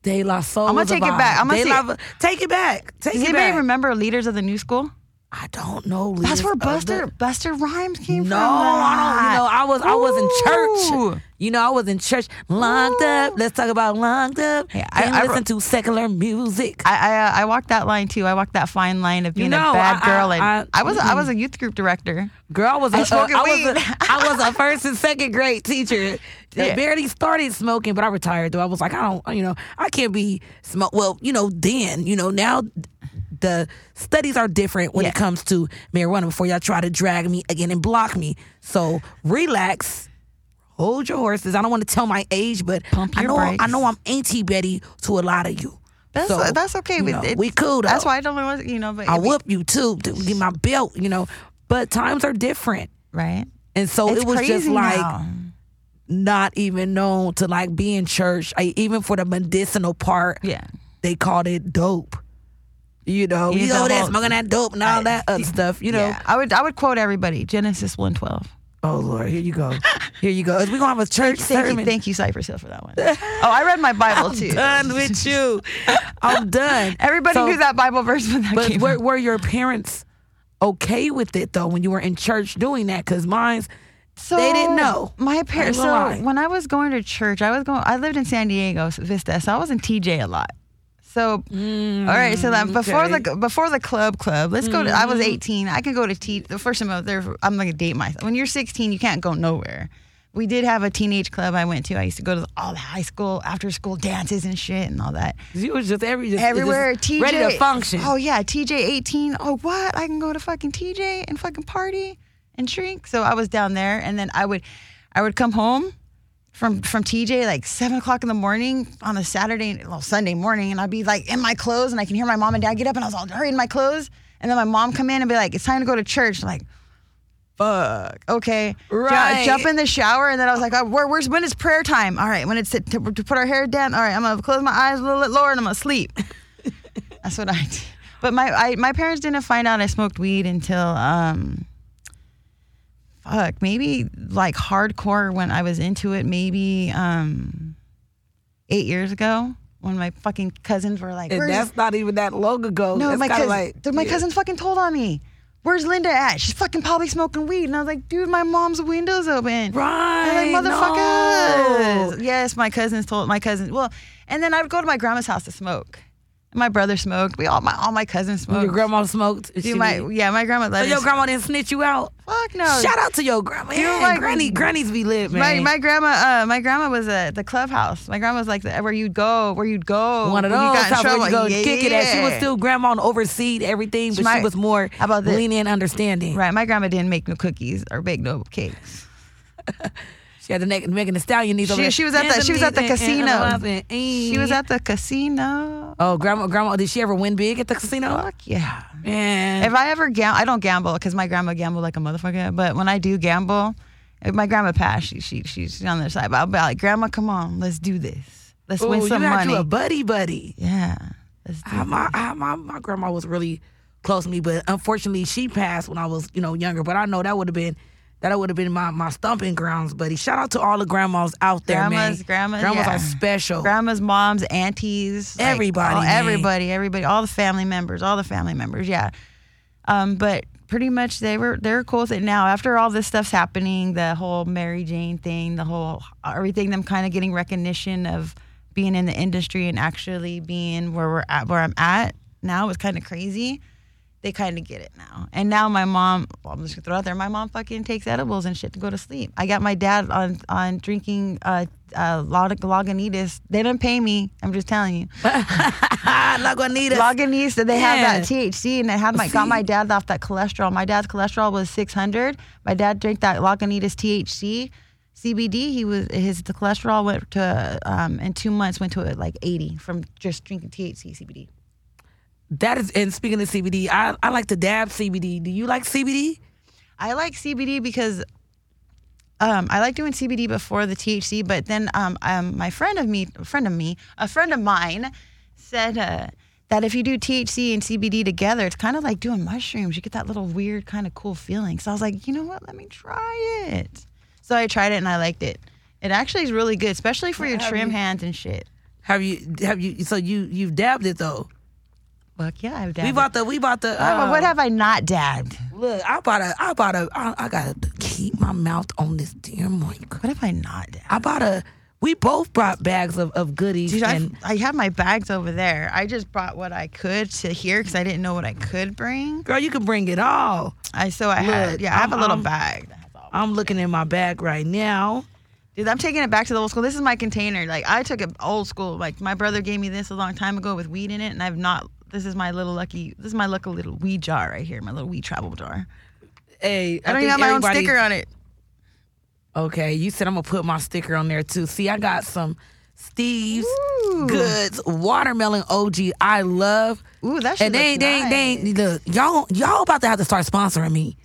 S2: De La Soul.
S3: I'ma
S2: was a
S3: take it
S2: vibe.
S3: back. I'ma
S2: De
S3: see-
S2: La- take it back. Take
S3: Does
S2: it
S3: anybody
S2: back.
S3: remember Leaders of the New School?
S2: I don't know.
S3: That's
S2: Leaders
S3: where
S2: of
S3: Buster
S2: the-
S3: Buster Rhymes came
S2: No,
S3: from.
S2: I don't. You know, I was I was in
S3: Ooh.
S2: church. You know, I was in church. Locked up. Let's talk about locked up.
S3: Yeah, I-
S2: I,
S3: I
S2: listen to secular music.
S3: I I, uh, I walked that line too. I walked that fine line of being
S2: know,
S3: a bad
S2: I-
S3: girl, and
S2: I- mm-hmm.
S3: I,
S2: I-
S3: was I was a youth group director.
S2: Girl, I was a,
S3: I smoking
S2: uh, I was
S3: weed.
S2: a, I was a first and second grade teacher. that
S3: Yeah.
S2: barely started smoking, but I retired though. I was like, I don't, you know, I can't be smoke. Well, you know, then, you know, now the studies are different when
S3: Yeah.
S2: it comes to marijuana. Before y'all try to drag me again and block me, so relax. Hold your horses. I don't want to tell my age, but
S3: Pump
S2: I
S3: your
S2: know I
S3: brakes.
S2: know I'm Auntie Betty to a lot of you.
S3: That's
S2: So,
S3: that's okay.
S2: you
S3: but
S2: know,
S3: it's-
S2: we cool. Though.
S3: That's why I don't know. You know, but
S2: I
S3: it-
S2: whoop you too. to Get my belt, you know. But times are different.
S3: right.
S2: And so
S3: It's
S2: Oh, it was just
S3: crazy
S2: like
S3: now.
S2: not even known to like be in church. I, even for the medicinal part,
S3: yeah.
S2: they called it dope. You know,
S3: Yeah,
S2: you
S3: the
S2: know that
S3: whole-
S2: smoking that dope and all that other stuff. You know.
S3: yeah. I would I would quote everybody Genesis one twelve.
S2: Oh Lord, here you go. Here you go. We gonna have a church
S3: Thank
S2: sermon.
S3: you, thank you, Cypress Hill, for that one. oh, I read my Bible too.
S2: Done with you. I'm done.
S3: Everybody
S2: So-
S3: knew that Bible verse when that
S2: But
S3: came.
S2: were,
S3: out.
S2: were your parents okay with it though when you were in church doing that? Because mine's
S3: So
S2: they didn't know.
S3: My parents.
S2: I ain't gonna
S3: So
S2: lie.
S3: when I was going to church, I was going. I lived in San Diego Vista, so I was in TJ a lot. So all right,
S2: Mm,
S3: so then before the before the club club, let's go to. I
S2: Mm-hmm.
S3: was 18. I can go to T. The first time I was there, I'm gonna date myself. When you're 16, you can't go nowhere. We did have a teenage club I went to. I used to go to all the high school after school dances and shit and all that
S2: you was just every just,
S3: everywhere.
S2: just
S3: TJ
S2: ready to function.
S3: Oh yeah, TJ eighteen. Oh what? I can go to fucking TJ and fucking party and drink. So I was down there, and then I would, I would come home from from TJ like seven o'clock in the morning on a Saturday, well Sunday morning, and I'd be like in my clothes, and I can hear my mom and dad get up, and I was all hurry in my clothes, and then my mom come in and be like, it's time to go to church, I'm like. Fuck. Okay. Ju-
S2: Right.
S3: Jump in the shower, and then I was like, oh, where, "Where's when is prayer time? All right, when it's to, to, to put our hair down. All right, I'm gonna close my eyes a little bit lower, and I'm gonna sleep." That's what I did. But my I, my parents didn't find out I smoked weed until um fuck, maybe like hardcore when I was into it, maybe um 8 years ago when my fucking cousins were like,
S2: And
S3: "Where's
S2: that's not even that long ago.
S3: No,
S2: That's
S3: my
S2: kinda
S3: cousin
S2: like-
S3: dude, my
S2: yeah.
S3: cousin fucking told on me. Where's Linda at? She's fucking probably smoking weed." And I was like, "Dude, my mom's windows open."
S2: Right.
S3: I'm like,
S2: no.
S3: motherfuckers. Yes, my cousins told my cousins. Well, and then I would go to my grandma's house to smoke. My brother smoked. We all my all my cousins smoked.
S2: Your grandma smoked.
S3: Dude, my yeah, my grandma.
S2: so
S3: let
S2: your
S3: us-
S2: grandma didn't snitch you out.
S3: Fuck no.
S2: Shout out to your grandma.
S3: Oh, You
S2: Yeah,
S3: like-
S2: granny, grannies be lit,
S3: My,
S2: man.
S3: my grandma, uh, my grandma was at the clubhouse. My grandma was like the, where you'd go, where you'd go.
S2: one of
S3: when
S2: those
S3: got in
S2: times where you
S3: trouble.
S2: go kick it at. She was
S3: Yeah.
S2: still grandma and overseed everything, but
S3: My-
S2: she was more
S3: How about this?
S2: lenient and understanding.
S3: right. My grandma didn't make no cookies or bake no cakes.
S2: She had the neck, making the stallion knees over
S3: She-
S2: there.
S3: she was at the- she was at the
S2: And knees and- and
S3: casino.
S2: up and-
S3: She was at the casino.
S2: Oh, grandma, grandma, did she ever win big at the casino?
S3: Fuck yeah.
S2: Man.
S3: If I ever gamble, I don't gamble because my grandma gambled like a motherfucker. But when I do gamble, if my grandma passed, she, she she's on their side. But I'll be like, Grandma, come on, let's do this. Let's win
S2: Ooh,
S3: some
S2: you got
S3: money.
S2: you a buddy buddy.
S3: yeah. Let's do
S2: I, Uh, my, I, my my grandma was really close to me, but unfortunately she passed when I was you know younger. But I know that would have been that would have been my my stomping grounds, buddy. Shout out to all the grandmas out there,
S3: Grandmas,
S2: man.
S3: grandmas,
S2: grandmas
S3: yeah.
S2: are special.
S3: grandmas, moms, aunties, like,
S2: Everybody,
S3: all-
S2: man.
S3: everybody, everybody, all the family members, all the family members, yeah. Um, but pretty much they were they're cool with it now. After all this stuff's happening, the whole Mary Jane thing, the whole everything, them kind of getting recognition of being in the industry and actually being where we're at, where I'm at now is kind of crazy. They kind of get it now, and now my mom. Well, I'm just gonna throw it out there. My mom fucking takes edibles and shit to go to sleep. I got my dad on on drinking uh, uh, Log- Loganitas. They don't pay me. I'm just telling you.
S2: Lagunita.
S3: Loganese, they have that
S2: Yeah.
S3: THC, and I had my got my dad off that cholesterol. My dad's cholesterol was 600. My dad drank that Loganitas THC, CBD. He was his the cholesterol went to um, in two months went to like 80 from just drinking THC CBD.
S2: that is, and speaking of CBD, I, I like to dab CBD. Do you like CBD?
S3: I like CBD because um, I like doing CBD before the THC, but then um, um, my friend of me, a friend of me, a friend of mine said uh, that if you do THC and CBD together, it's kind of like doing mushrooms. You get that little weird kind of cool feeling. So I was like, you know what? Let me try it. So I tried it and I liked it. It actually is really good, especially for your trim hands and shit.
S2: Have you have you? So you you've dabbed it though.
S3: Fuck yeah, I've
S2: We
S3: dabbed.
S2: bought the we bought the.
S3: Oh,
S2: uh,
S3: what have I not dabbed?
S2: Look, I bought a I bought a I, I gotta keep my mouth on this damn mic.
S3: What have I not dabbed?
S2: I bought a. We both brought bags of, of goodies.
S3: Dude, I,
S2: and
S3: I have my bags over there. I just brought what I could to here because I didn't know what I could bring.
S2: girl, you can bring it all.
S3: I so I had
S2: Look,
S3: yeah, I have a
S2: I'm- um,
S3: little
S2: I'm-
S3: bag. That's all.
S2: I'm looking in my bag right now.
S3: Dude, I'm taking it back to the old school. This is my container. Like I took it old school. Like my brother gave me this a long time ago with weed in it, and I've not. This is my little lucky. This is my lucky little weed jar right here. My little weed travel jar.
S2: Hey,
S3: I, don't
S2: think
S3: even have my own
S2: everybody-
S3: sticker on it.
S2: Okay, you said I'm gonna put my sticker on there too. See, I got some Steve's Goods watermelon OG. I love.
S3: Ooh, that shit
S2: And they ain't,
S3: looks
S2: they ain't, they ain't,
S3: nice.
S2: look, y'all, y'all about to have to start sponsoring me.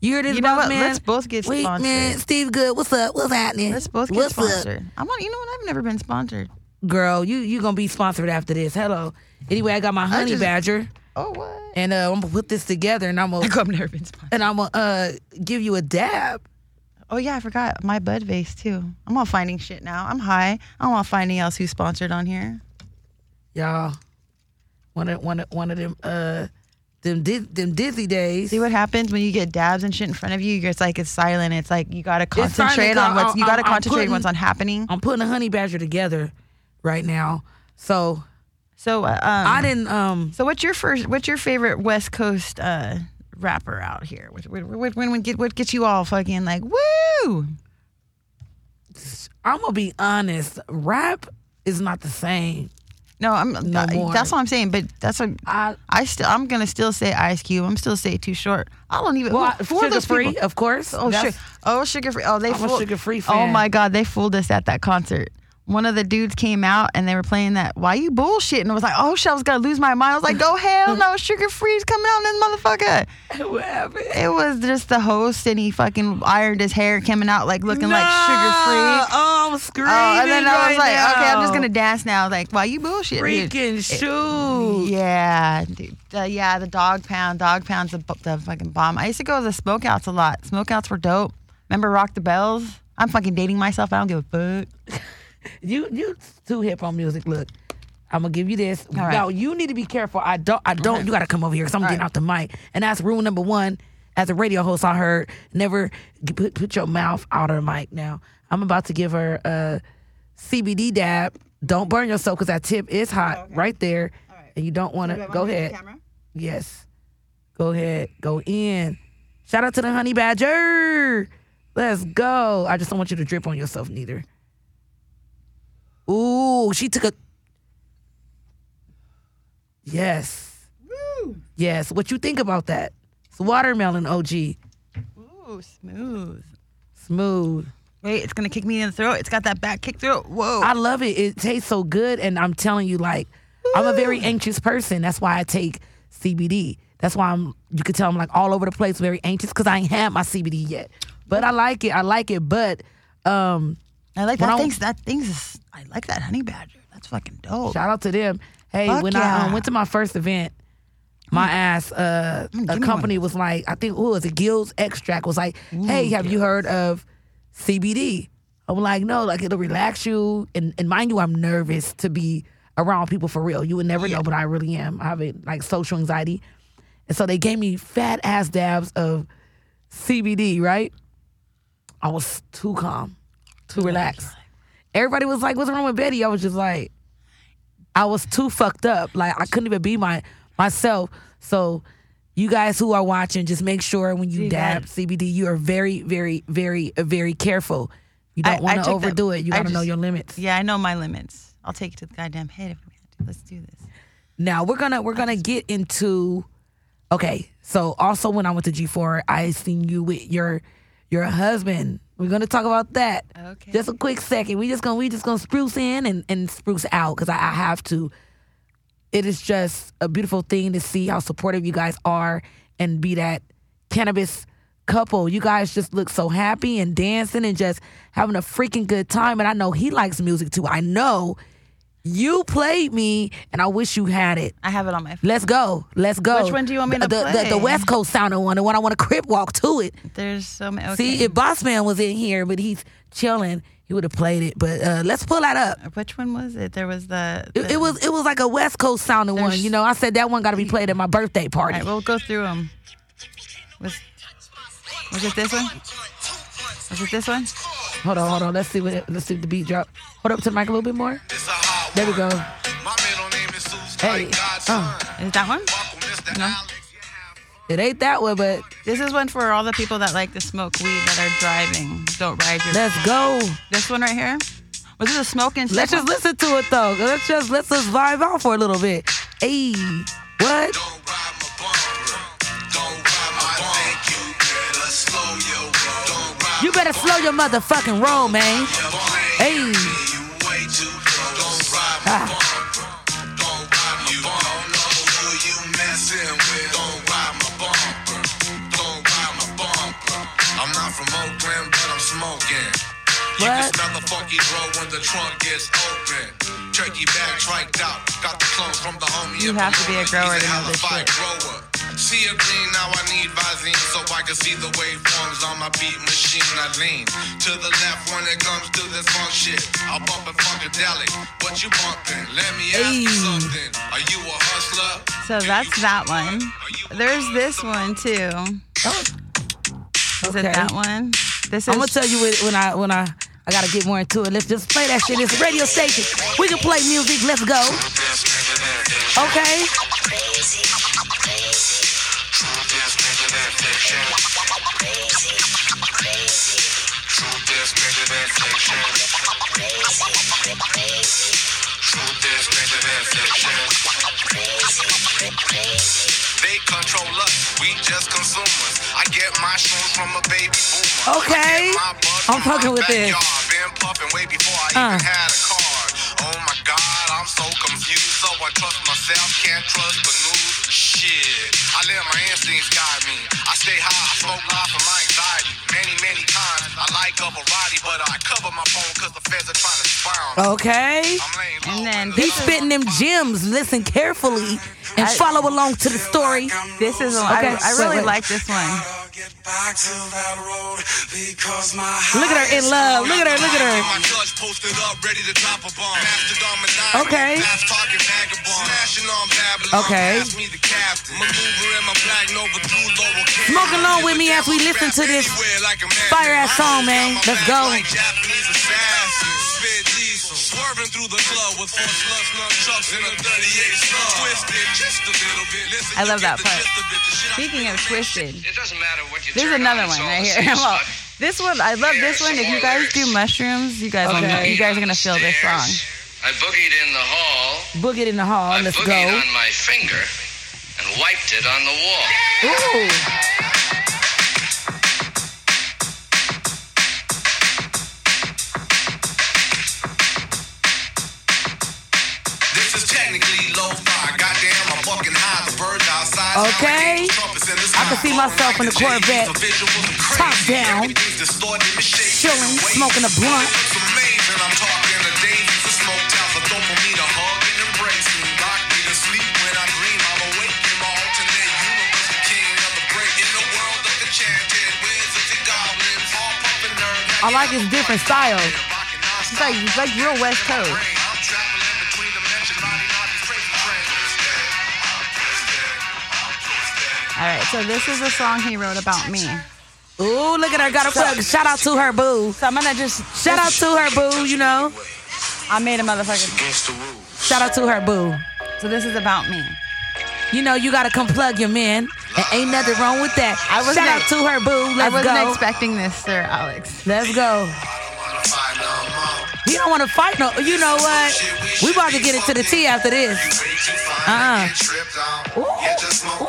S2: You hear this,
S3: You know
S2: boss
S3: what?
S2: man?
S3: Let's both get
S2: Wait, Man,
S3: sponsored.
S2: Steve Good, what's up? What's happening?
S3: Let's both get
S2: what's
S3: sponsored. I'm on. You know what? I've never been sponsored.
S2: Up? Girl, you you gonna be sponsored after this? Hello. Anyway, I got my honey
S3: just-
S2: badger,
S3: Oh what?
S2: and uh, I'm gonna put this together, and I'm gonna
S3: I've never been sponsored.
S2: and I'm gonna uh, give you a dab.
S3: Oh yeah, I forgot my bud vase too. I'm all finding shit now. I'm high. I don't want to find anything else who's sponsored on here.
S2: y'all. One of one of one of them uh them di- them dizzy days.
S3: See what happens when you get dabs and shit in front of you. It's like it's silent. It's like you gotta
S2: silent,
S3: concentrate on
S2: girl.
S3: what's you
S2: I'm-
S3: gotta
S2: I'm
S3: concentrate
S2: putting-
S3: what's on happening.
S2: I'm putting a honey badger together right now. So
S3: So uh, um,
S2: I didn't um
S3: so what's your first? What's your favorite West Coast uh, rapper out here? What, what, what, when we get what gets you all fucking like woo?
S2: I'm gonna be honest, rap is not the same.
S3: No, I'm
S2: No more.
S3: that's what I'm saying. But that's what
S2: I
S3: I still I'm gonna still say Ice Cube. I'm still say Too Short. I don't even
S2: well,
S3: who- who are
S2: sugar
S3: those people?
S2: free, of course.
S3: Oh,
S2: That's-
S3: sugar, oh, sugar free. Oh, they
S2: I'm a
S3: fooled.
S2: sugar-free
S3: Oh
S2: fan.
S3: my God, they fooled us at that concert. One of the dudes came out and they were playing that. Why you bullshitting? And was like, oh shit, I was gonna lose my mind. I was like, go hell no, sugar free's coming out in this motherfucker.
S2: What happened?
S3: It was just the host and he fucking ironed his hair coming out like looking like
S2: Nah,
S3: sugar free.
S2: Oh, I'm screaming.
S3: Oh, and then I
S2: right
S3: was like, okay, I'm
S2: now.
S3: just gonna dance now. Like, why you bullshitting?
S2: freaking shoot.
S3: Yeah, dude. Uh, yeah, the dog pound. Dog pound's the, bu- the fucking bomb. I used to go to the smokeouts a lot. Smokeouts were dope. Remember Rock the Bells? I'm fucking dating myself. I don't give a fuck.
S2: You you too hip on music. Look, I'm gonna give you this.
S3: right.
S2: Now you need to be careful. I don't. I don't. You gotta come over here because I'm getting off the mic. And that's rule number one. As a radio host, I heard never g- put, put your mouth out of the mic. Now I'm about to give her a CBD dab. Don't burn yourself because that tip is hot right there. and you don't want
S3: Do I
S2: to
S3: wanna
S2: go
S3: look at the
S2: ahead.
S3: camera?
S2: Yes. Go ahead. Go in. Shout out to the honey badger. Let's go. I just don't want you to drip on yourself neither. Ooh, she took a Yes.
S3: Woo!
S2: Yes. What you think about that? It's watermelon OG.
S3: Ooh, smooth.
S2: Smooth.
S3: Wait, it's gonna kick me in the throat. It's got that back kick throat. Whoa.
S2: I love it. It tastes so good and I'm telling you like I'm a very anxious person. That's why I take CBD. That's why I'm you could tell I'm like all over the place, very anxious cuz I ain't had my CBD yet. But I like it. I like it, but um
S3: I like
S2: When
S3: that
S2: I-
S3: things. That things. Is, I like that honey badger. That's fucking dope.
S2: Shout out to them. Hey,
S3: Fuck
S2: when I
S3: yeah.
S2: um, went to my first event, my ass, uh,
S3: gonna
S2: a
S3: give me
S2: company was like, I think, who was it? Gills Extract was like, hey, have you heard of CBD? I'm like, no, like it'll relax you. And, and mind you, I'm nervous to be around people for real. You would never know, but I really am. I have a, like social anxiety. And so they gave me fat ass dabs of CBD, right? I was too calm, too relaxed. Everybody was like, "What's wrong with Betty?" I was just like, I was too fucked up. Like I couldn't even be my myself. So, you guys who are watching, just make sure when you dab CBD, you are very, very, very, very careful. You
S3: I-
S2: don't
S3: I
S2: want to
S3: took the-
S2: overdo it. You
S3: I
S2: gotta know
S3: just-
S2: your limits.
S3: Yeah, I know my limits. I'll take it to the goddamn head if we have to. Let's do this.
S2: Now we're gonna we're gonna get into okay. So also when I went to G four, I seen you with your your husband. We're gonna talk about that.
S3: Okay.
S2: Just a quick second. We just gonna we just gonna spruce in and, and spruce out because I, I have to. It is just a beautiful thing to see how supportive you guys are and be that cannabis couple. You guys just look so happy and dancing and just having a freaking good time. And I know he likes music too. I know you played me, and I wish you had it.
S3: I have it on my. phone.
S2: Let's go. Let's go.
S3: Which one do you want me
S2: the,
S3: to
S2: the, The, the
S3: play?
S2: West Coast sounding one, the one I want to crip walk to it.
S3: There's so many. Okay.
S2: See, if Boss Man was in here, but he's chilling, he would have played it. But uh, let's pull that up.
S3: Which one was it? There was the.
S2: It, it was it was like a West Coast sounding one.
S3: There's-
S2: You know, I said that one got to be played at my birthday
S3: All
S2: party.
S3: right, we'll go through them. Was was it this one? Was it this one?
S2: Hold on, hold on. Let's see what it- let's see if the beat drop. Hold up to the mic a little bit more. There we go.
S4: My middle name is Seuss,
S2: Hey,
S4: like God's son.
S2: uh.
S3: Is that one?
S4: Fuck with Mr.
S3: No.
S4: Alex, you have fun.
S2: It ain't that one, but
S3: This is one for all the people that like to smoke weed that are driving. Don't ride your.
S2: let's go.
S3: This one right here. Was it a smoking?
S2: Let's just listen to it though. Let's just let's just vibe out for a little bit. Hey, what?
S4: Don't ride my bum. Don't ride my bum. I think you better slow your roll. Don't ride
S2: You better slow your motherfucking roll, man.
S4: my bum.
S2: Hey.
S4: You way too close. Don't ride my
S2: Ah.
S4: bum. Don't ride my bum. Don't know who you messing with. Don't ride my bum. Don't ride my bum. I'm not from Oakland, but I'm smoking. You can
S2: What?
S4: smell the funky grow when the trunk gets open. Turkey back, triked out. Got the clones from the homie.
S3: You
S4: at the
S3: have to be a
S4: moment.
S3: grower
S4: He's
S3: to know this
S4: hella
S3: shit.
S4: grower. See a green, now I need Visine so I can see the waveforms on my beat machine. I lean to the left when it comes to this funk shit. I bump a funkadelic. What you bumping? Let me ask you
S2: Ayy.
S4: something. Are you a hustler?
S3: So
S4: Do
S3: that's
S4: you-
S3: that one. There's this one too. Is it
S2: Okay.
S3: that one? This is.
S2: I'm gonna tell you when- when I when I I gotta get more into it. Let's just play that shit. It's a radio station. We can play music. Let's go. Okay.
S4: They control us, we just consumers. I get my shrooms from a baby boomer.
S2: Okay.
S4: I get my bud
S2: I'm
S4: from
S2: fucking
S4: my
S2: with this.
S4: backyard. Been puffing way before I
S2: Uh.
S4: even had a card. Oh my god, I'm so confused. So I trust myself, can't trust the news. Shit, I let my instincts guide me. I stay high, I smoke live for my anxiety. Many, many times I like a variety, but I cover my phone cause the feds are trying to spy on. me.
S2: Oh. Okay.
S4: I'm laying low
S3: And then
S4: in the
S2: He's spitting them gems. Listen carefully and follow along to the story.
S3: This is. one- I-
S2: Okay,
S3: I,
S2: wait,
S3: really
S2: wait.
S3: like this one.
S2: Look at her in love. Look at her. Look at her.
S4: My judge posted up, ready to drop a bomb. Mastodon Maniac,
S2: Okay.
S4: fast talking vagabond. Smashing on Babylon.
S2: Okay.
S4: Pass me the captain. Maneuver in my black Nova through Laurel Canyon.
S2: Smoke along with me as we
S4: Rap
S2: listen to this
S4: anywhere like a madman.
S2: fire-ass song, man.
S4: Got my
S2: Let's
S4: back
S2: go.
S4: Like Japanese assassins. Spit these Swerving through the club with four slugs, nunchucks, and a 38 slug. Twisted just a little bit. Listen,
S3: I
S4: you
S3: love that
S4: get the
S3: part.
S4: gist of it. The shit I
S3: Speaking of twisted,
S5: It doesn't matter what you
S3: there's
S5: turn
S3: another
S5: on,
S3: one
S5: it's all
S3: right
S5: the
S3: here.
S5: same
S3: Well,
S5: stuff.
S3: this one, I love this one. If you guys do mushrooms, you guys, will
S2: Okay.
S3: know- you guys are gonna feel this song.
S5: I boogied in the hall.
S2: Book it in the hall.
S5: I
S2: Let's
S5: boogied
S2: go.
S5: on my finger and wiped it on the wall.
S2: Ooh.
S4: This is technically lo-fi. Goddamn, I'm fucking high. The birds outside. sound like
S2: Okay.
S4: eight trumpets in the
S2: I can
S4: sky.
S2: see myself in the
S4: Blowing like
S2: Corvette.
S4: the J's. The visuals are crazy.
S2: Top down.
S4: Everything's distorted and shaking.
S2: Chilling,
S4: The way
S2: smoking a blunt.
S4: it looks amazing. I'm talking to daisies. The smoke tells the dope for me to hug and embrace me. Rock me to sleep when I dream. I'm awake in my alternate universe. The king of the break. In the world of the chanted wizards and goblins. All pumping nerd.
S2: I like his different styles.
S3: It's like it's like real West Coast.
S4: I'm traveling between dimensions, riding on these crazy
S3: All
S4: trains.
S3: right, so this is a song he wrote about me.
S2: Ooh, look at her. Got a plug. Shout out to her, boo.
S3: So I'm gonna just
S2: Shout out to her, boo, you know.
S3: I made a motherfucker.
S4: Against the rules.
S2: Shout out to her, boo.
S3: So this is about me.
S2: You know, you got to come plug your man. And ain't nothing wrong with that.
S3: I wasn't
S2: Shout out
S3: ex-
S2: to her, boo.
S3: I
S2: Let's
S3: wasn't
S2: go.
S3: expecting this, sir Alex.
S2: Let's go. You don't want to fight no. You know what? We about to get into the tea after this.
S4: Uh-uh.
S2: Ooh, ooh.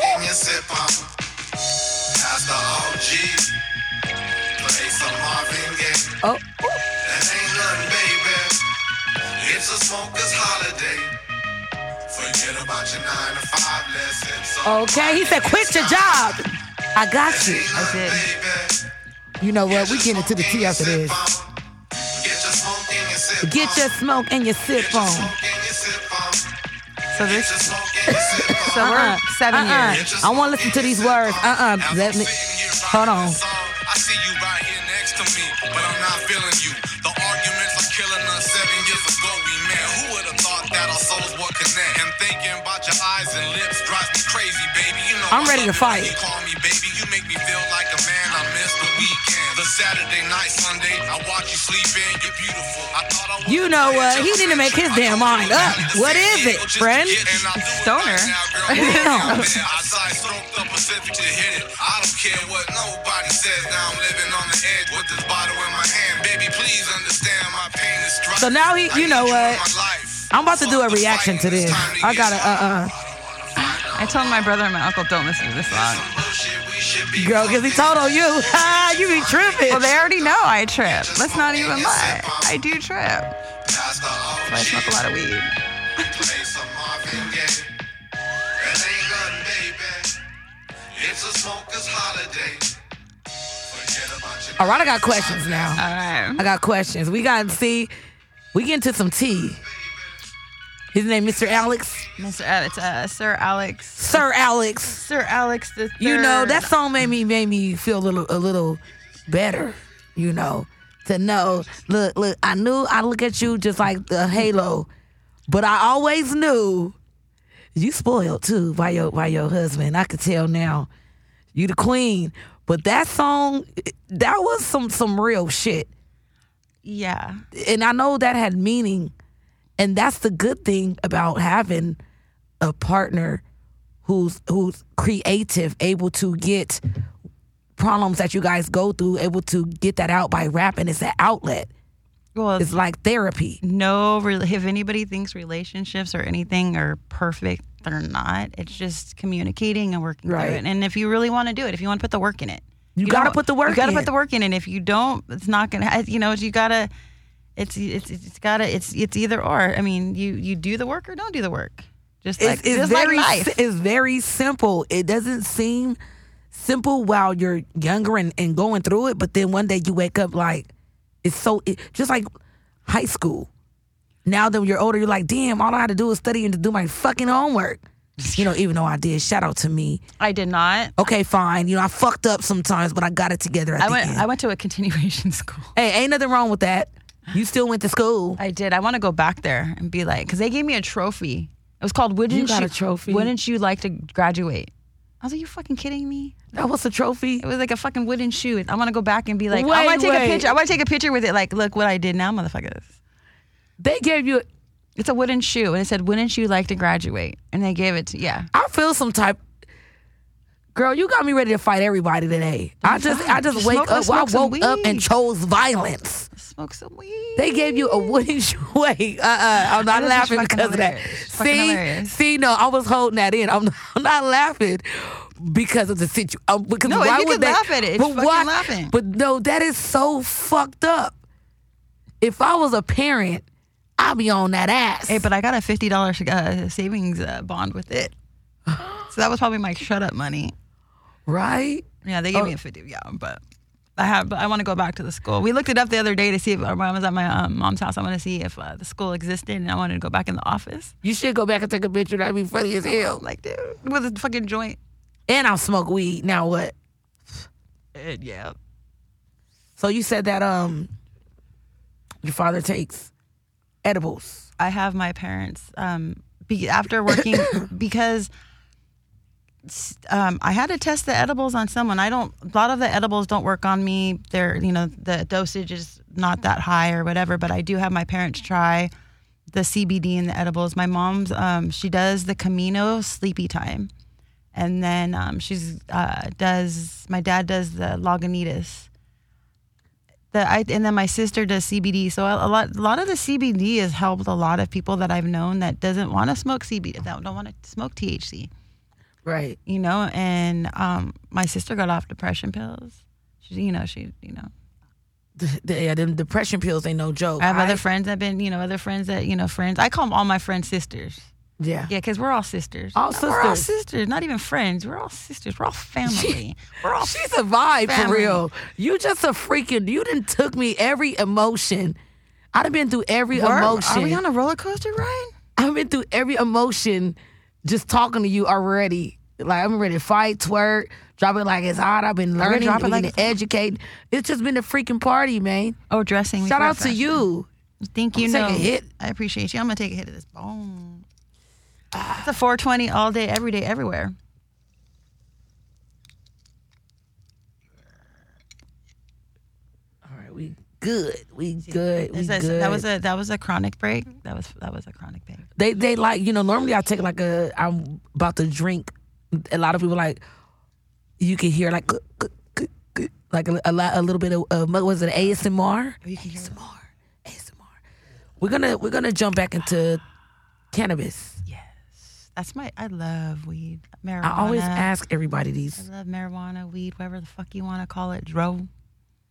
S2: Oh,
S4: That ain't nothing, baby. It's a smoker's holiday. Forget about your nine to five lessons.
S2: oh, okay. He said, quit your job. I got you.
S4: I
S3: did.
S2: You know what? We get into the tea after this. Get your smoke and your sip on.
S3: So this, so
S4: so
S3: we're
S2: Uh-uh.
S3: seven
S2: Uh-uh.
S3: years.
S2: I want to listen to these words. Uh-uh. Let me. Hold on.
S4: I see you right here next to me, but I'm not feeling you. The arguments are killing us. Seven years ago, we met. Who would have thought that our souls would connect? And thinking about your eyes and lips drives me crazy, baby. You know
S2: I'm
S4: I
S2: ready
S4: love
S2: to
S4: it
S2: fight.
S4: when you Call me, baby. You make me feel like a man. I miss the weekend, the Saturday night, Sunday. I watch you sleep in. You're beautiful. I thought I was
S2: You know what? He need to make his damn mind up. What is it, friend?
S3: Stoner.
S2: Yeah.
S4: I don't care what nobody says. Now I'm living on the edge with this bottle in my hand. Baby, please understand my pain is dry.
S2: So now he-
S4: I
S2: you know
S4: need
S2: what?
S4: in my life.
S2: I'm about to do a
S4: Fuck the
S2: reaction to
S4: fighting,
S2: this.
S4: it's time
S2: I
S4: get
S2: gotta.
S4: smart.
S2: Uh. Uh.
S3: I told my brother and my uncle don't listen to this song.
S4: Some bullshit we should be
S2: Girl, cause he told on you. Ah, you be tripping.
S3: Well, they already know I trip. Let's not even lie. I do trip. That's
S4: past the
S3: why I
S4: OGs.
S3: smoke a lot of weed.
S4: Play some Marvin Gaye. It ain't nothing, baby. It's a smoker's holiday. Forget about your
S2: All right, I got questions now.
S3: All right.
S2: I got questions. We got to see. We get into some tea. His name, Mr. Alex,
S3: Mr. Uh, it's uh, Sir Alex.
S2: Sir Alex.
S3: Sir Alex the third.
S2: You know that song made me made me feel a little a little better. You know to know. Look, look. I knew I look at you just like the halo, but I always knew you spoiled too by your by your husband. I could tell now. You the queen, but that song that was some some real shit.
S3: Yeah.
S2: and I know that had meaning, and that's the good thing about having a partner who's who's creative, able to get problems that you guys go through, able to get that out by rapping. It's an outlet.
S3: Well,
S2: It's like therapy.
S3: no re- if anybody thinks relationships or anything are perfect they're not it's just communicating and working
S2: Right.
S3: through it and if you really want to do it if you want to put the work in it
S2: You gotta
S3: don't-
S2: put the work
S3: you gotta
S2: in.
S3: put the work in and if you don't it's not gonna ha- you know you gotta it's it's it's gotta it's it's either or i mean you you do the work or don't do the work just like
S2: it's, it's
S3: just
S2: very
S3: like
S2: si-
S3: life
S2: it's very simple. It doesn't seem simple while you're younger and, and going through it, but then one day you wake up like it's so it, just like high school. Now that you're older, you're like, damn, all I had to do was study and to do my fucking homework. You know, even though I did, shout out to me.
S3: i did not
S2: Okay, fine. You know, I fucked up sometimes, but I got it together at
S3: i
S2: the
S3: went
S2: end.
S3: i went to a continuation school
S2: hey, ain't nothing wrong with that. You still went to school.
S3: I did. I want to go back there and be like, because they gave me a trophy. It was called "Wouldn't
S2: got
S3: You-
S2: a trophy?
S3: Wouldn't you like to graduate? I was like, you fucking kidding me?
S2: That was a trophy.
S3: It was like a fucking wooden shoe. I want to go back and be like, I
S2: Wait,
S3: want to take
S2: wait.
S3: a picture. I want to take a picture with it. Like, look what I did now, motherfuckers.
S2: they gave you.
S3: It's a wooden shoe, and it said, "Wouldn't you like to graduate?" And they gave it to yeah.
S2: I feel some type. Girl, you got me ready to fight everybody today. I just, I just
S3: Just
S2: wake
S3: smoke-
S2: up.
S3: let's
S2: I
S3: smoke some
S2: woke up and
S3: weed.
S2: chose violence.
S3: Smoke some weed.
S2: They gave you a wooden shoe. Wait, uh, uh, I'm not
S3: That's
S2: laughing
S3: fucking
S2: because of that.
S3: hilarious. It's fucking
S2: See,
S3: hilarious.
S2: see, no, I was holding that in. I'm not, I'm not laughing because of the situation. Um, because
S3: No, if
S2: why
S3: you
S2: would
S3: could
S2: they,
S3: laugh at it, it's
S2: but
S3: fucking
S2: why-
S3: laughing.
S2: But no, that is so fucked up. If I was a parent, I'd be on that ass.
S3: Hey, but I got a fifty dollars uh, savings uh, bond with it, so that was probably my shut up money.
S2: right?
S3: Yeah, they gave me a fifty. Yeah, but I have. But I want to go back to the school. We looked it up the other day to see if when I was at my um, mom's house. I want to see if uh, the school existed, and I wanted to go back in the office.
S2: You should go back and take a picture. That'd be funny as hell.
S3: Like, dude, with a fucking joint.
S2: And I'll smoke weed. Now what? Eh,
S3: And yeah,
S2: So you said that um, your father takes edibles.
S3: I have my parents um, be, after working because s- um, I had to test the edibles on someone. I don't. A lot of the edibles don't work on me. They're you know the dosage is not that high or whatever. But I do have my parents try the CBD and the edibles. My mom's um, she does the Camino Sleepy Time, and then um, she's uh, does my dad does the Lagunitas the I and then my sister does CBD. So a, a lot a lot of the CBD has helped a lot of people that I've known that doesn't want to smoke CBD that don't want to smoke THC.
S2: Right.
S3: You know, and um, my sister got off depression pills. She, you know, she, you know,
S2: The, the- yeah, them depression pills ain't no joke.
S3: I have other friends that've been, you know, other friends that, you know, friends. I call them all my friends sisters.
S2: Yeah.
S3: Yeah, because we're all sisters.
S2: All
S3: We're all
S2: sisters.
S3: sisters. Not even friends. We're all sisters. We're all family. we're all.
S2: She's a vibe for
S3: Family.
S2: real. You just a freaking. You didn't took me every emotion. I'd have been through every
S3: We're-
S2: emotion.
S3: Are we on a roller coaster ride?
S2: I've been through every emotion just talking to you already. Like I'm ready to fight, twerk, drop it like it's hot. I've been learning,
S3: drop it
S2: been
S3: like
S2: getting educated. It's just been a freaking party, man.
S3: Oh, dressing. We
S2: Shout
S3: forgot
S2: out to
S3: fashion.
S2: you.
S3: Think you
S2: take
S3: know.
S2: a hit.
S3: I appreciate you. I'm gonna take a hit of this. Boom. Ah. It's a 420 all day, every day, everywhere.
S2: All right, we good. We good. We
S3: Is that,
S2: good.
S3: that was a that was a chronic break. That was that was a chronic break.
S2: they they like you know normally I take like a I'm about to drink. A lot of people like you can hear like "Kuh, kuh, kuh, kuh," like a, a lot a little bit of uh, what was it ASMR?
S3: Oh, You can hear
S2: ASMR. ASMR. We're gonna we're gonna jump back into cannabis.
S3: That's my. I love weed. Marijuana.
S2: I always ask everybody these
S3: I love marijuana, weed, whatever the fuck you want to call it. Dro,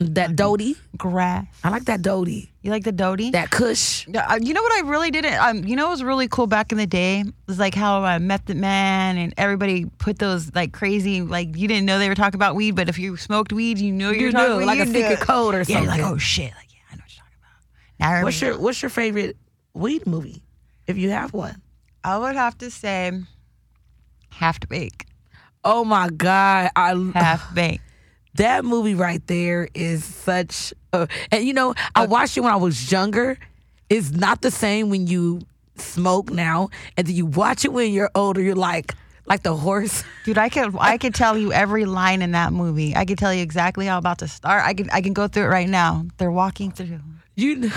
S2: that Dodie.
S3: grass.
S2: I like that Dodie.
S3: You like the doty?
S2: That Kush.
S3: Yeah, uh, you know what I really didn't. Um, you know what was really cool back in the day was like how uh, Method Man and everybody put those like crazy like you didn't know they were talking about weed, but if you smoked weed, you knew you were
S2: You
S3: talking
S2: know,
S3: about
S2: like
S3: you
S2: a
S3: knew
S2: secret
S3: it.
S2: code or
S3: Yeah,
S2: something.
S3: you're like oh shit, like yeah, I know what you're talking about. Now I
S2: what's
S3: remember.
S2: your what's your favorite weed movie if you have one?
S3: I would have to say half to bake,
S2: Oh my god, I
S3: half bake.
S2: that movie right there is such a and you know i
S3: Uh,
S2: watched it when i was younger it's not the same when you smoke now and then you watch it when you're older you're like like the horse
S3: Dude, I could I could tell you every line in that movie. I could tell you exactly how I'm about to start. I can I can go through it right now. They're walking through,
S2: you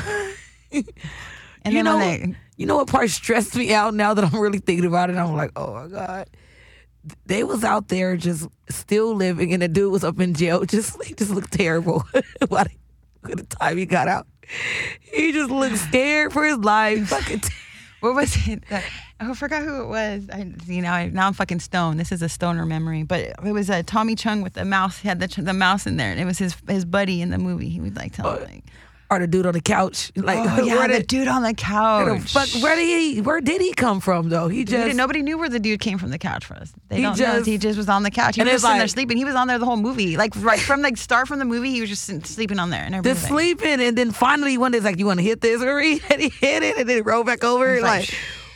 S3: and
S2: you
S3: then
S2: know
S3: when they,
S2: you know what part stressed me out now that i'm really thinking about it i'm like oh my god they was out there just still living and the dude was up in jail just he just looked terrible by the- by the time he got out he just looked scared for his life fucking
S3: what was it? That, I forgot who it was. I, you know, I, now I'm fucking stoned. This is a stoner memory, but it was uh, Tommy Chung with the mouse. He had the ch- the mouse in there, and it was his his buddy in the movie. He would like tell him like,
S2: or the dude on the couch. Like,
S3: "Oh yeah,
S2: where
S3: the
S2: did,
S3: dude on the
S2: where the
S3: couch."
S2: fuck, where did he? Where did he come from though? He
S3: He
S2: just
S3: didn't- nobody knew where the dude came from the couch for us. They
S2: He
S3: don't know.
S2: just-
S3: He just was on the couch. He
S2: and
S3: was
S2: it's
S3: just sitting there
S2: like-
S3: sleeping. He was on there the whole movie. Like right from like start from the movie, he was just sitting- sleeping on there. And
S2: the
S3: everybody was like-
S2: sleeping, and then finally one day's like, "You want to hit this?" Or he, and he hit it, and then rolled back over.
S3: He's
S2: like,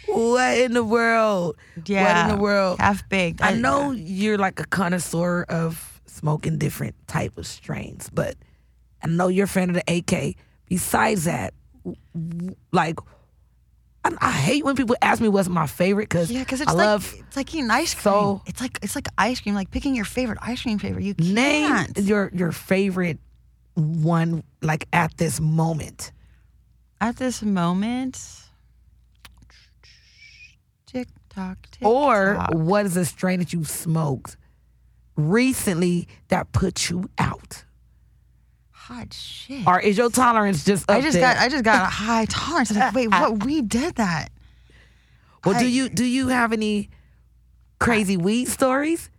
S3: like,
S2: what in the world?
S3: yeah,
S2: what in the world?
S3: half baked.
S2: I know you're like a connoisseur of smoking different type of strains, but I know you're a fan of the AK. Besides that, w- w- like. I, I hate when people ask me what's my favorite because
S3: Yeah, because
S2: I
S3: it's like
S2: love
S3: it's like eating ice cream.
S2: so-
S3: it's like it's like ice cream, like picking your favorite ice cream favorite. You
S2: name
S3: can't.
S2: your your favorite one like at this moment
S3: At this moment, tick tock, tick
S2: Or
S3: tock.
S2: what is a strain that you smoked recently that put you out?
S3: hot shit.
S2: Or is your tolerance just up
S3: I just
S2: there?
S3: got I just got a high tolerance. I'm like, wait, what? We did that.
S2: well, do
S3: I-
S2: you do you have any crazy weed stories?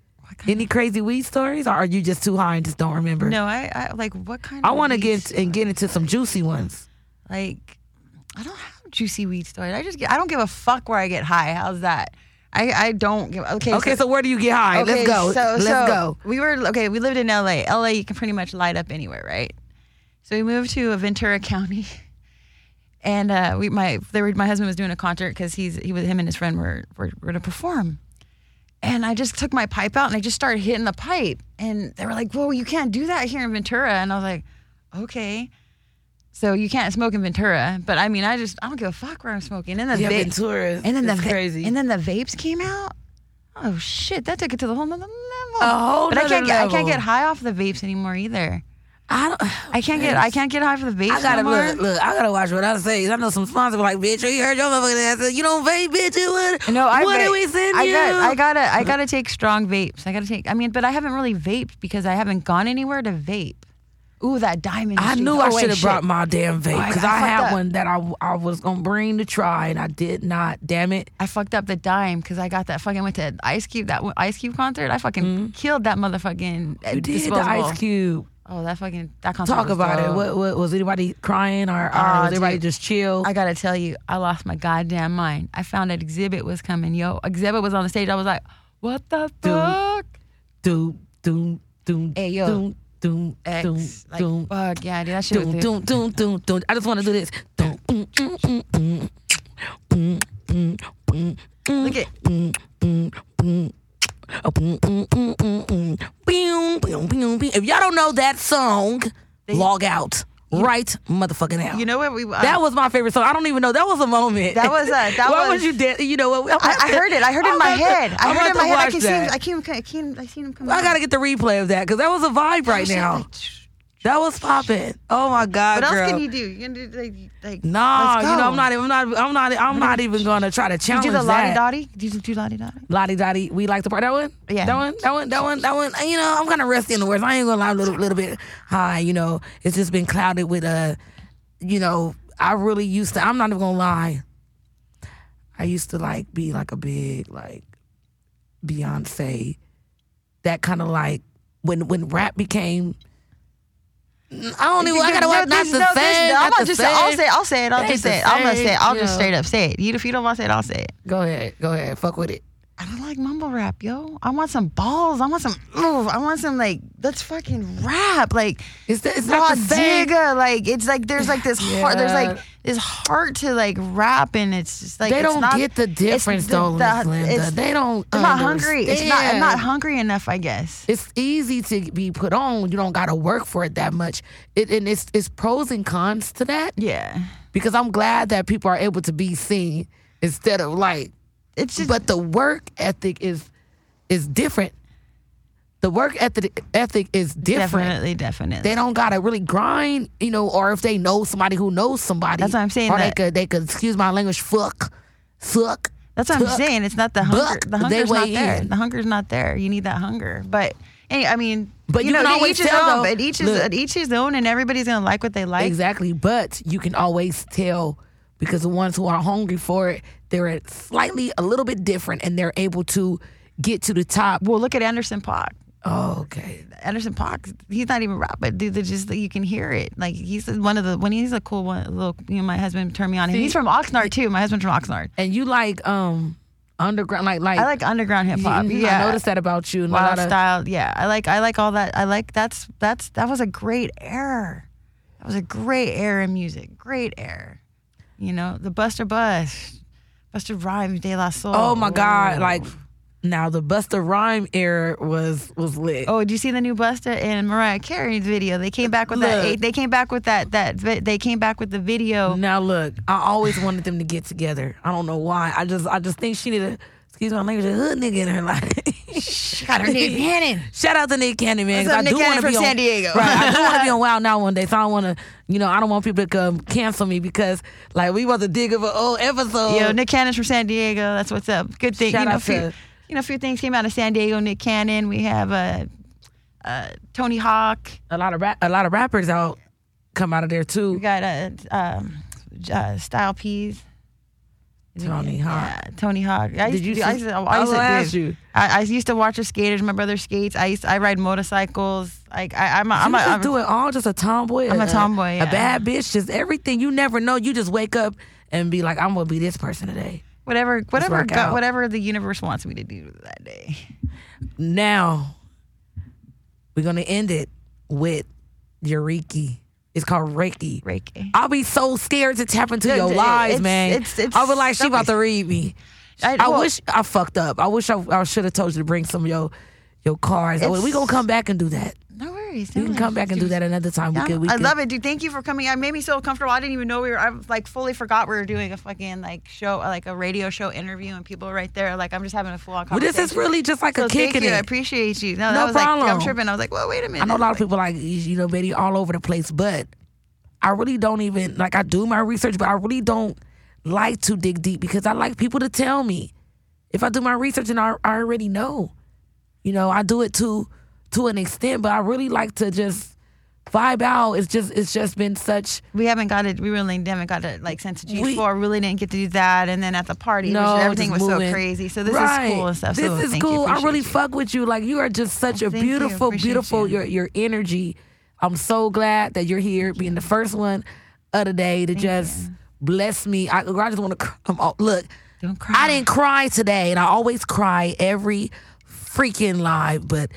S2: Any crazy weed stories, or are you just too high and just don't remember?
S3: No, I, I like what kind.
S2: I
S3: of
S2: want to
S3: weed
S2: get and get into some juicy ones.
S3: like I don't have juicy weed stories. I just get, I don't give a fuck where I get high. How's that? I I don't give. Okay.
S2: Okay, so where do you get high? Let's
S3: okay,
S2: go.
S3: So,
S2: Let's
S3: so
S2: go.
S3: We were okay. We lived in L.A. L.A. You can pretty much light up anywhere, right? So we moved to Ventura County, and uh, we my they were, my husband was doing a concert because he's he was him and his friend were were, were to perform. And I just took my pipe out and I just started hitting the pipe. And they were like, Whoa, you can't do that here in Ventura. And I was like, Okay. So you can't smoke in Ventura. But I mean, I just, I don't give a fuck where I'm smoking. And then the
S2: Yeah,
S3: va-
S2: Ventura is-
S3: and then
S2: is
S3: the va-
S2: crazy.
S3: And then the vapes came out. Oh shit, that took it to the whole nother level.
S2: A whole
S3: but I
S2: nother
S3: can't get I can't
S2: level.
S3: get high off the vapes anymore either.
S2: I don't.
S3: I can't get I can't get high off the vapes.
S2: I gotta
S3: no more.
S2: look, look. I gotta watch what I say. 'cause I know some sponsors were like, "Bitch, you heard your motherfucking ass. You don't vape, bitch. You what?
S3: No, I
S2: what
S3: vape.
S2: do we send
S3: I
S2: you?
S3: Got, I gotta, I gotta take strong vapes. I gotta take. I mean, but I haven't really vaped because I haven't gone anywhere to vape. Ooh, that diamond.
S2: I
S3: Street.
S2: knew
S3: Oh,
S2: I
S3: wait,
S2: should have
S3: shit.
S2: brought my damn
S3: Oh,
S2: vape
S3: I
S2: because
S3: got
S2: I,
S3: fucked
S2: had
S3: up.
S2: one that I, I was gonna bring to try and I did not. Damn it!
S3: I fucked up the dime because I got that fucking went to Ice Cube that w- Ice Cube concert. I fucking killed that motherfucking. uh,
S2: Mm-hmm. You did the
S3: disposable.
S2: Ice Cube.
S3: Oh, that fucking that concert.
S2: Talk
S3: was
S2: about it.
S3: dope.
S2: What, what was anybody crying or, or
S3: Aw,
S2: was everybody
S3: dude.
S2: just chill?
S3: I gotta tell you, I lost my goddamn mind. I found that exhibit was coming. Yo, exhibit was on the stage. I was like, what the
S2: Dude.
S3: fuck?
S2: doom, doom, doom,
S3: Hey, yo.
S2: doom, doom, doom,
S3: X. Like,
S2: doom,
S3: fuck yeah, dude. That shit was
S2: doom, doom, doom, doom, doom. I just want to do this. Mm, Doom, boom, boom, boom, boom, boom, boom, boom, boom,
S3: Look at
S2: boom, boom, boom. Oh, boom, boom, boom, boom, boom. Boom, boom, boom, boom. If y'all don't know that song, log out right motherfucking out.
S3: you know what we. uh,
S2: that was my favorite song. I don't even know. That was a moment.
S3: That was a- that
S2: Why
S3: was-
S2: you did? You know what?
S3: I, I heard it. I heard it in my head. I heard it in my head. I can see. Him,
S2: that.
S3: I can. I can. I seen him come.
S2: I
S3: out.
S2: gotta get the replay of that because that was a vibe right
S3: Shit,
S2: now.
S3: like, tsh-
S2: That was popping. Oh my god,
S3: What else
S2: girl.
S3: can you do? You can do like like.
S2: Nah,
S3: let's
S2: you know
S3: go.
S2: I'm not. I'm not. I'm not. I'm not even gonna try to
S3: You
S2: challenge
S3: do the lottie
S2: that.
S3: dottie. Do you do lottie dottie?
S2: Lottie dottie. We like the part that one.
S3: Yeah.
S2: That one. That one. That one. That one. And, You know, I'm kind of rusty in the words. I ain't gonna lie. A little, little bit high. You know, it's just been clouded with uh, you know, I really used to. I'm not even gonna lie. I used to like be like a big like Beyonce, that kind of like when when rap became. I don't even. I gotta watch not
S3: There's
S2: the
S3: no-
S2: same.
S3: there's no-
S2: not
S3: I'm gonna
S2: the
S3: just say. I'll
S2: same.
S3: say. I'll say it. I'll
S2: That
S3: just
S2: ain't
S3: say it.
S2: the
S3: I'm gonna
S2: same,
S3: say it. I'll
S2: yo.
S3: just straight up say it. You if you don't want to say it, I'll say it.
S2: Go ahead. Go ahead. Fuck with it.
S3: I don't like mumble rap, yo. I want some balls. I want some. Ooh, I want some like let's fucking rap. Like
S2: It's, the, it's
S3: raw
S2: not the same.
S3: digga. Like it's like there's like this heart. There's like
S2: Yeah.
S3: this heart to like rap, and it's just like
S2: they
S3: it's
S2: don't
S3: not-
S2: get the
S3: it's
S2: difference though, Miss Linda.
S3: it's-
S2: They don't.
S3: I'm not hungry. It's not. I'm not
S2: understand.
S3: hungry enough. I guess.
S2: It's easy to be put on. You don't got to work for it that much. It, and it's it's pros and cons to that
S3: Yeah.
S2: because I'm glad that people are able to be seen instead of like.
S3: It's just.
S2: But the work ethic is is different. The work ethic ethic is different.
S3: Definitely, definitely.
S2: they don't gotta really grind, you know, or if they know somebody who knows somebody.
S3: That's what I'm saying,
S2: Or
S3: that-
S2: they could they could excuse my language, fuck, suck.
S3: That's what I'm
S2: tuck.
S3: saying. It's not the hunger.
S2: buck,
S3: The
S2: they
S3: hunger's not
S2: weigh
S3: there.
S2: in.
S3: The hunger's not there. You need that hunger. But any, I mean,
S2: But you
S3: know,
S2: can
S3: to
S2: always
S3: each his
S2: tell,
S3: own.
S2: though,
S3: But each is
S2: look.
S3: each his own, and everybody's gonna like what they like.
S2: Exactly. But you can always tell because the ones who are hungry for it, they're slightly a little bit different and they're able to get to the top.
S3: Well, look at Anderson Park.
S2: Oh, okay.
S3: Anderson Park, he's not even rap, but dude, they're just you can hear it. Like he's one of the when he's a cool one. Look, you know, my husband turned me on. and
S2: See-
S3: he's from Oxnard too. My husband's from Oxnard.
S2: And you like um underground like like
S3: I like underground hip hop.
S2: Mhm,
S3: Yeah,
S2: I noticed that about you. and a
S3: wild
S2: lot of-
S3: style. Yeah, I like I like all that. I like that's that's that was a great era. That was a great era in music. Great era. You know the Buster Bus, Buster Rhymes, De La Soul.
S2: oh my God. Like now the Buster Rhyme era was was lit.
S3: Oh, did you see the new Buster and Mariah Carey's video? They came back with that.
S2: Look.
S3: They came back with that. That vi- they came back with the video.
S2: Now look, I always wanted them to get together. I don't know why. I just I just think she need to excuse excuse my language, a hood nigga in her life.
S3: She got her nigga Cannon.
S2: Shout out to Nick Cannon, man.
S3: What's
S2: 'cause
S3: up,
S2: I
S3: Nick
S2: do
S3: Cannon
S2: wanna be
S3: from
S2: on,
S3: San Diego.
S2: Right, I do want to be on Wild Now one day, so I don't want to, you know, I don't want people to come cancel me because, like, we was a dig of an old episode.
S3: Yo, Nick Cannon's from San Diego. That's what's up. Good thing.
S2: Shout
S3: you know,
S2: out
S3: few,
S2: to-
S3: you know, a few things came out of San Diego. Nick Cannon. We have uh, uh, Tony Hawk.
S2: a lot of rap, a lot of rappers out come out of there
S3: We
S2: too.
S3: got uh, um, uh, Style Peas.
S2: Tony Hawk.
S3: Yeah, Tony Hawk. I
S2: Did
S3: used
S2: you
S3: to, do- I
S2: see-
S3: used to,
S2: I
S3: I used to
S2: will ask
S3: do-
S2: you.
S3: I, I used to watch her skaters. My brother skates. I used to, I ride motorcycles. Like I, I'm a,
S2: I'm
S3: I'm
S2: you
S3: a,
S2: just
S3: I'm
S2: do it all, just a tomboy.
S3: I'm a tomboy,
S2: a
S3: yeah.
S2: bad bitch, just everything. You never know. You just wake up and be like, I'm gonna be this person today.
S3: whatever whatever
S2: work out.
S3: God, whatever the universe wants me to do that day.
S2: Now we're gonna end it with Eureka. It's called Reiki.
S3: Reiki.
S2: I'll be so scared to tap into
S3: No,
S2: your
S3: it-
S2: lies,
S3: it's-
S2: man.
S3: it's- it's
S2: I was like, she about
S3: something-
S2: to read me. I,
S3: well,
S2: wish I fucked up. I wish I, I should have told you to bring some of your your cards. Oh, we
S3: It's-
S2: gonna come back and do that.
S3: No worries.
S2: We can come back and do that another time. We can, we
S3: I
S2: can-
S3: love it, dude. Thank you for coming. I made me so comfortable. I didn't even know we were. I like fully forgot we were doing a fucking like show, like a radio show interview, and people right there. Like I'm just having a full on
S2: Well,
S3: conversation.
S2: this is really just like
S3: so
S2: a kick
S3: thank
S2: in
S3: you. I
S2: it.
S3: appreciate you. No,
S2: No
S3: that was like
S2: problem.
S3: I'm tripping. I was like, well, wait a minute.
S2: I know a lot of
S3: Like,
S2: people like you know, Betty, all over the place, but I really don't even like. I do my research, but I really don't like to dig deep because I like people to tell me. If I do my research and I, I already know, you know, I do it to to an extent, but I really like to just vibe out. It's just it's just been such
S3: We haven't got it. We really haven't got it. Like since G4,
S2: We-
S3: really didn't get to do that. And then at the party, it was-
S2: no,
S3: everything was
S2: just
S3: so
S2: moving.
S3: crazy. So this
S2: Right.
S3: is cool and stuff.
S2: This
S3: so
S2: is
S3: thank you.
S2: cool. I
S3: Appreciate
S2: really
S3: you. Oh,
S2: fuck with you. Like you are just such a
S3: thank you.
S2: beautiful,
S3: Appreciate
S2: beautiful
S3: you.
S2: your your energy. I'm so glad that you're here, being the first one of the day to just bless me. I, I just want to. I'm all, look.
S3: Don't cry.
S2: I didn't cry today, and I always cry every freaking live. But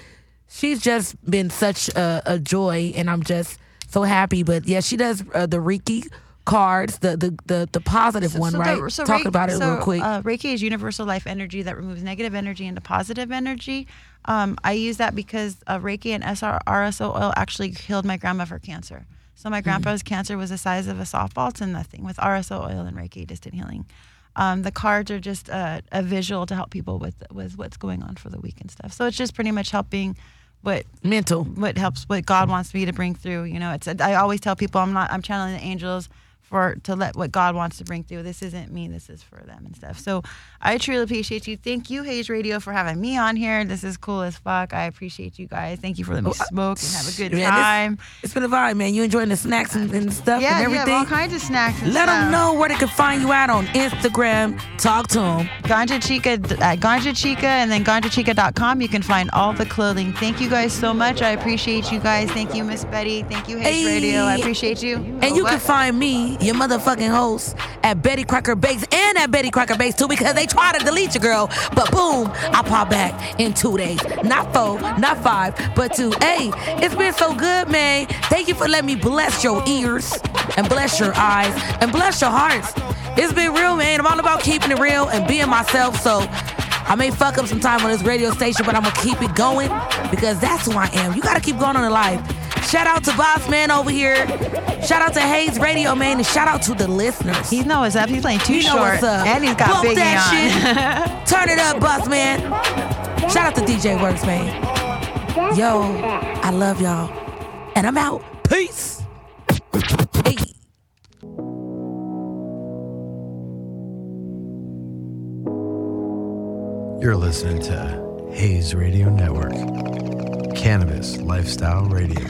S2: she's just been such a, a joy, and I'm just so happy. But yeah, she does uh, the Reiki cards, the the the, the positive one,
S3: So
S2: right?
S3: the- so
S2: Talk
S3: Reiki-
S2: about it
S3: so,
S2: real quick.
S3: Uh, Reiki is universal life energy that removes negative energy into positive energy. Um, I use that because uh, Reiki and SR, RSO oil actually healed my grandma for cancer. So
S2: Hmm.
S3: my grandpa's cancer was the size of a softball to nothing with RSO oil and Reiki distant healing. Um, the cards are just uh, a visual to help people with with what's going on for the week and stuff. So it's just pretty much helping what
S2: Mental.
S3: what helps what God wants me to bring through. You know, it's I always tell people I'm not I'm channeling the angels for to let what God wants to bring through. This isn't me. This is for them and stuff. So I truly appreciate you. Thank you, Hayes Radio, for having me on here. This is cool as fuck. I appreciate you guys. Thank you for letting me smoke and have a good
S2: Man, Oh, this-
S3: time.
S2: it's been a vibe, man. You enjoying the snacks and, and stuff
S3: Yeah,
S2: and
S3: you have all
S2: everything.
S3: kinds of snacks. And
S2: Let them
S3: stuff.
S2: know where they can find you out on Instagram. Talk to them.
S3: Ganja Chica at Ganja Chica and then ganjachica.com. You can find all the clothing. Thank you guys so much. I appreciate you guys. Thank you, Miss Betty. Thank you, Hayes
S2: Hey.
S3: Radio. I appreciate you.
S2: And you
S3: What?
S2: can find me, your motherfucking host, at Betty Crocker Bakes and at Betty Crocker Bakes too, because they try to delete your girl, but boom, I pop back in two days. Not four, not five, but two. Hey, it's been so good, man. Thank you for letting me bless your ears and bless your eyes and bless your hearts. It's been real, man. I'm all about keeping it real and being myself, so I may fuck up some time on this radio station, but I'm gonna keep it going because that's who I am. You gotta keep going on in life. Shout out to Boss Man over here. Shout out to Hayes Radio Man, and shout out to the listeners.
S3: He knows what's up. He's playing too
S2: You know
S3: short,
S2: what's up.
S3: and he's got
S2: Bump
S3: big
S2: that shit. Turn it up, Boss Man. Shout out to DJ Works Man. Yo, I love y'all, and I'm out. Peace. Hey.
S1: You're listening to Hayes Radio Network, Cannabis Lifestyle Radio.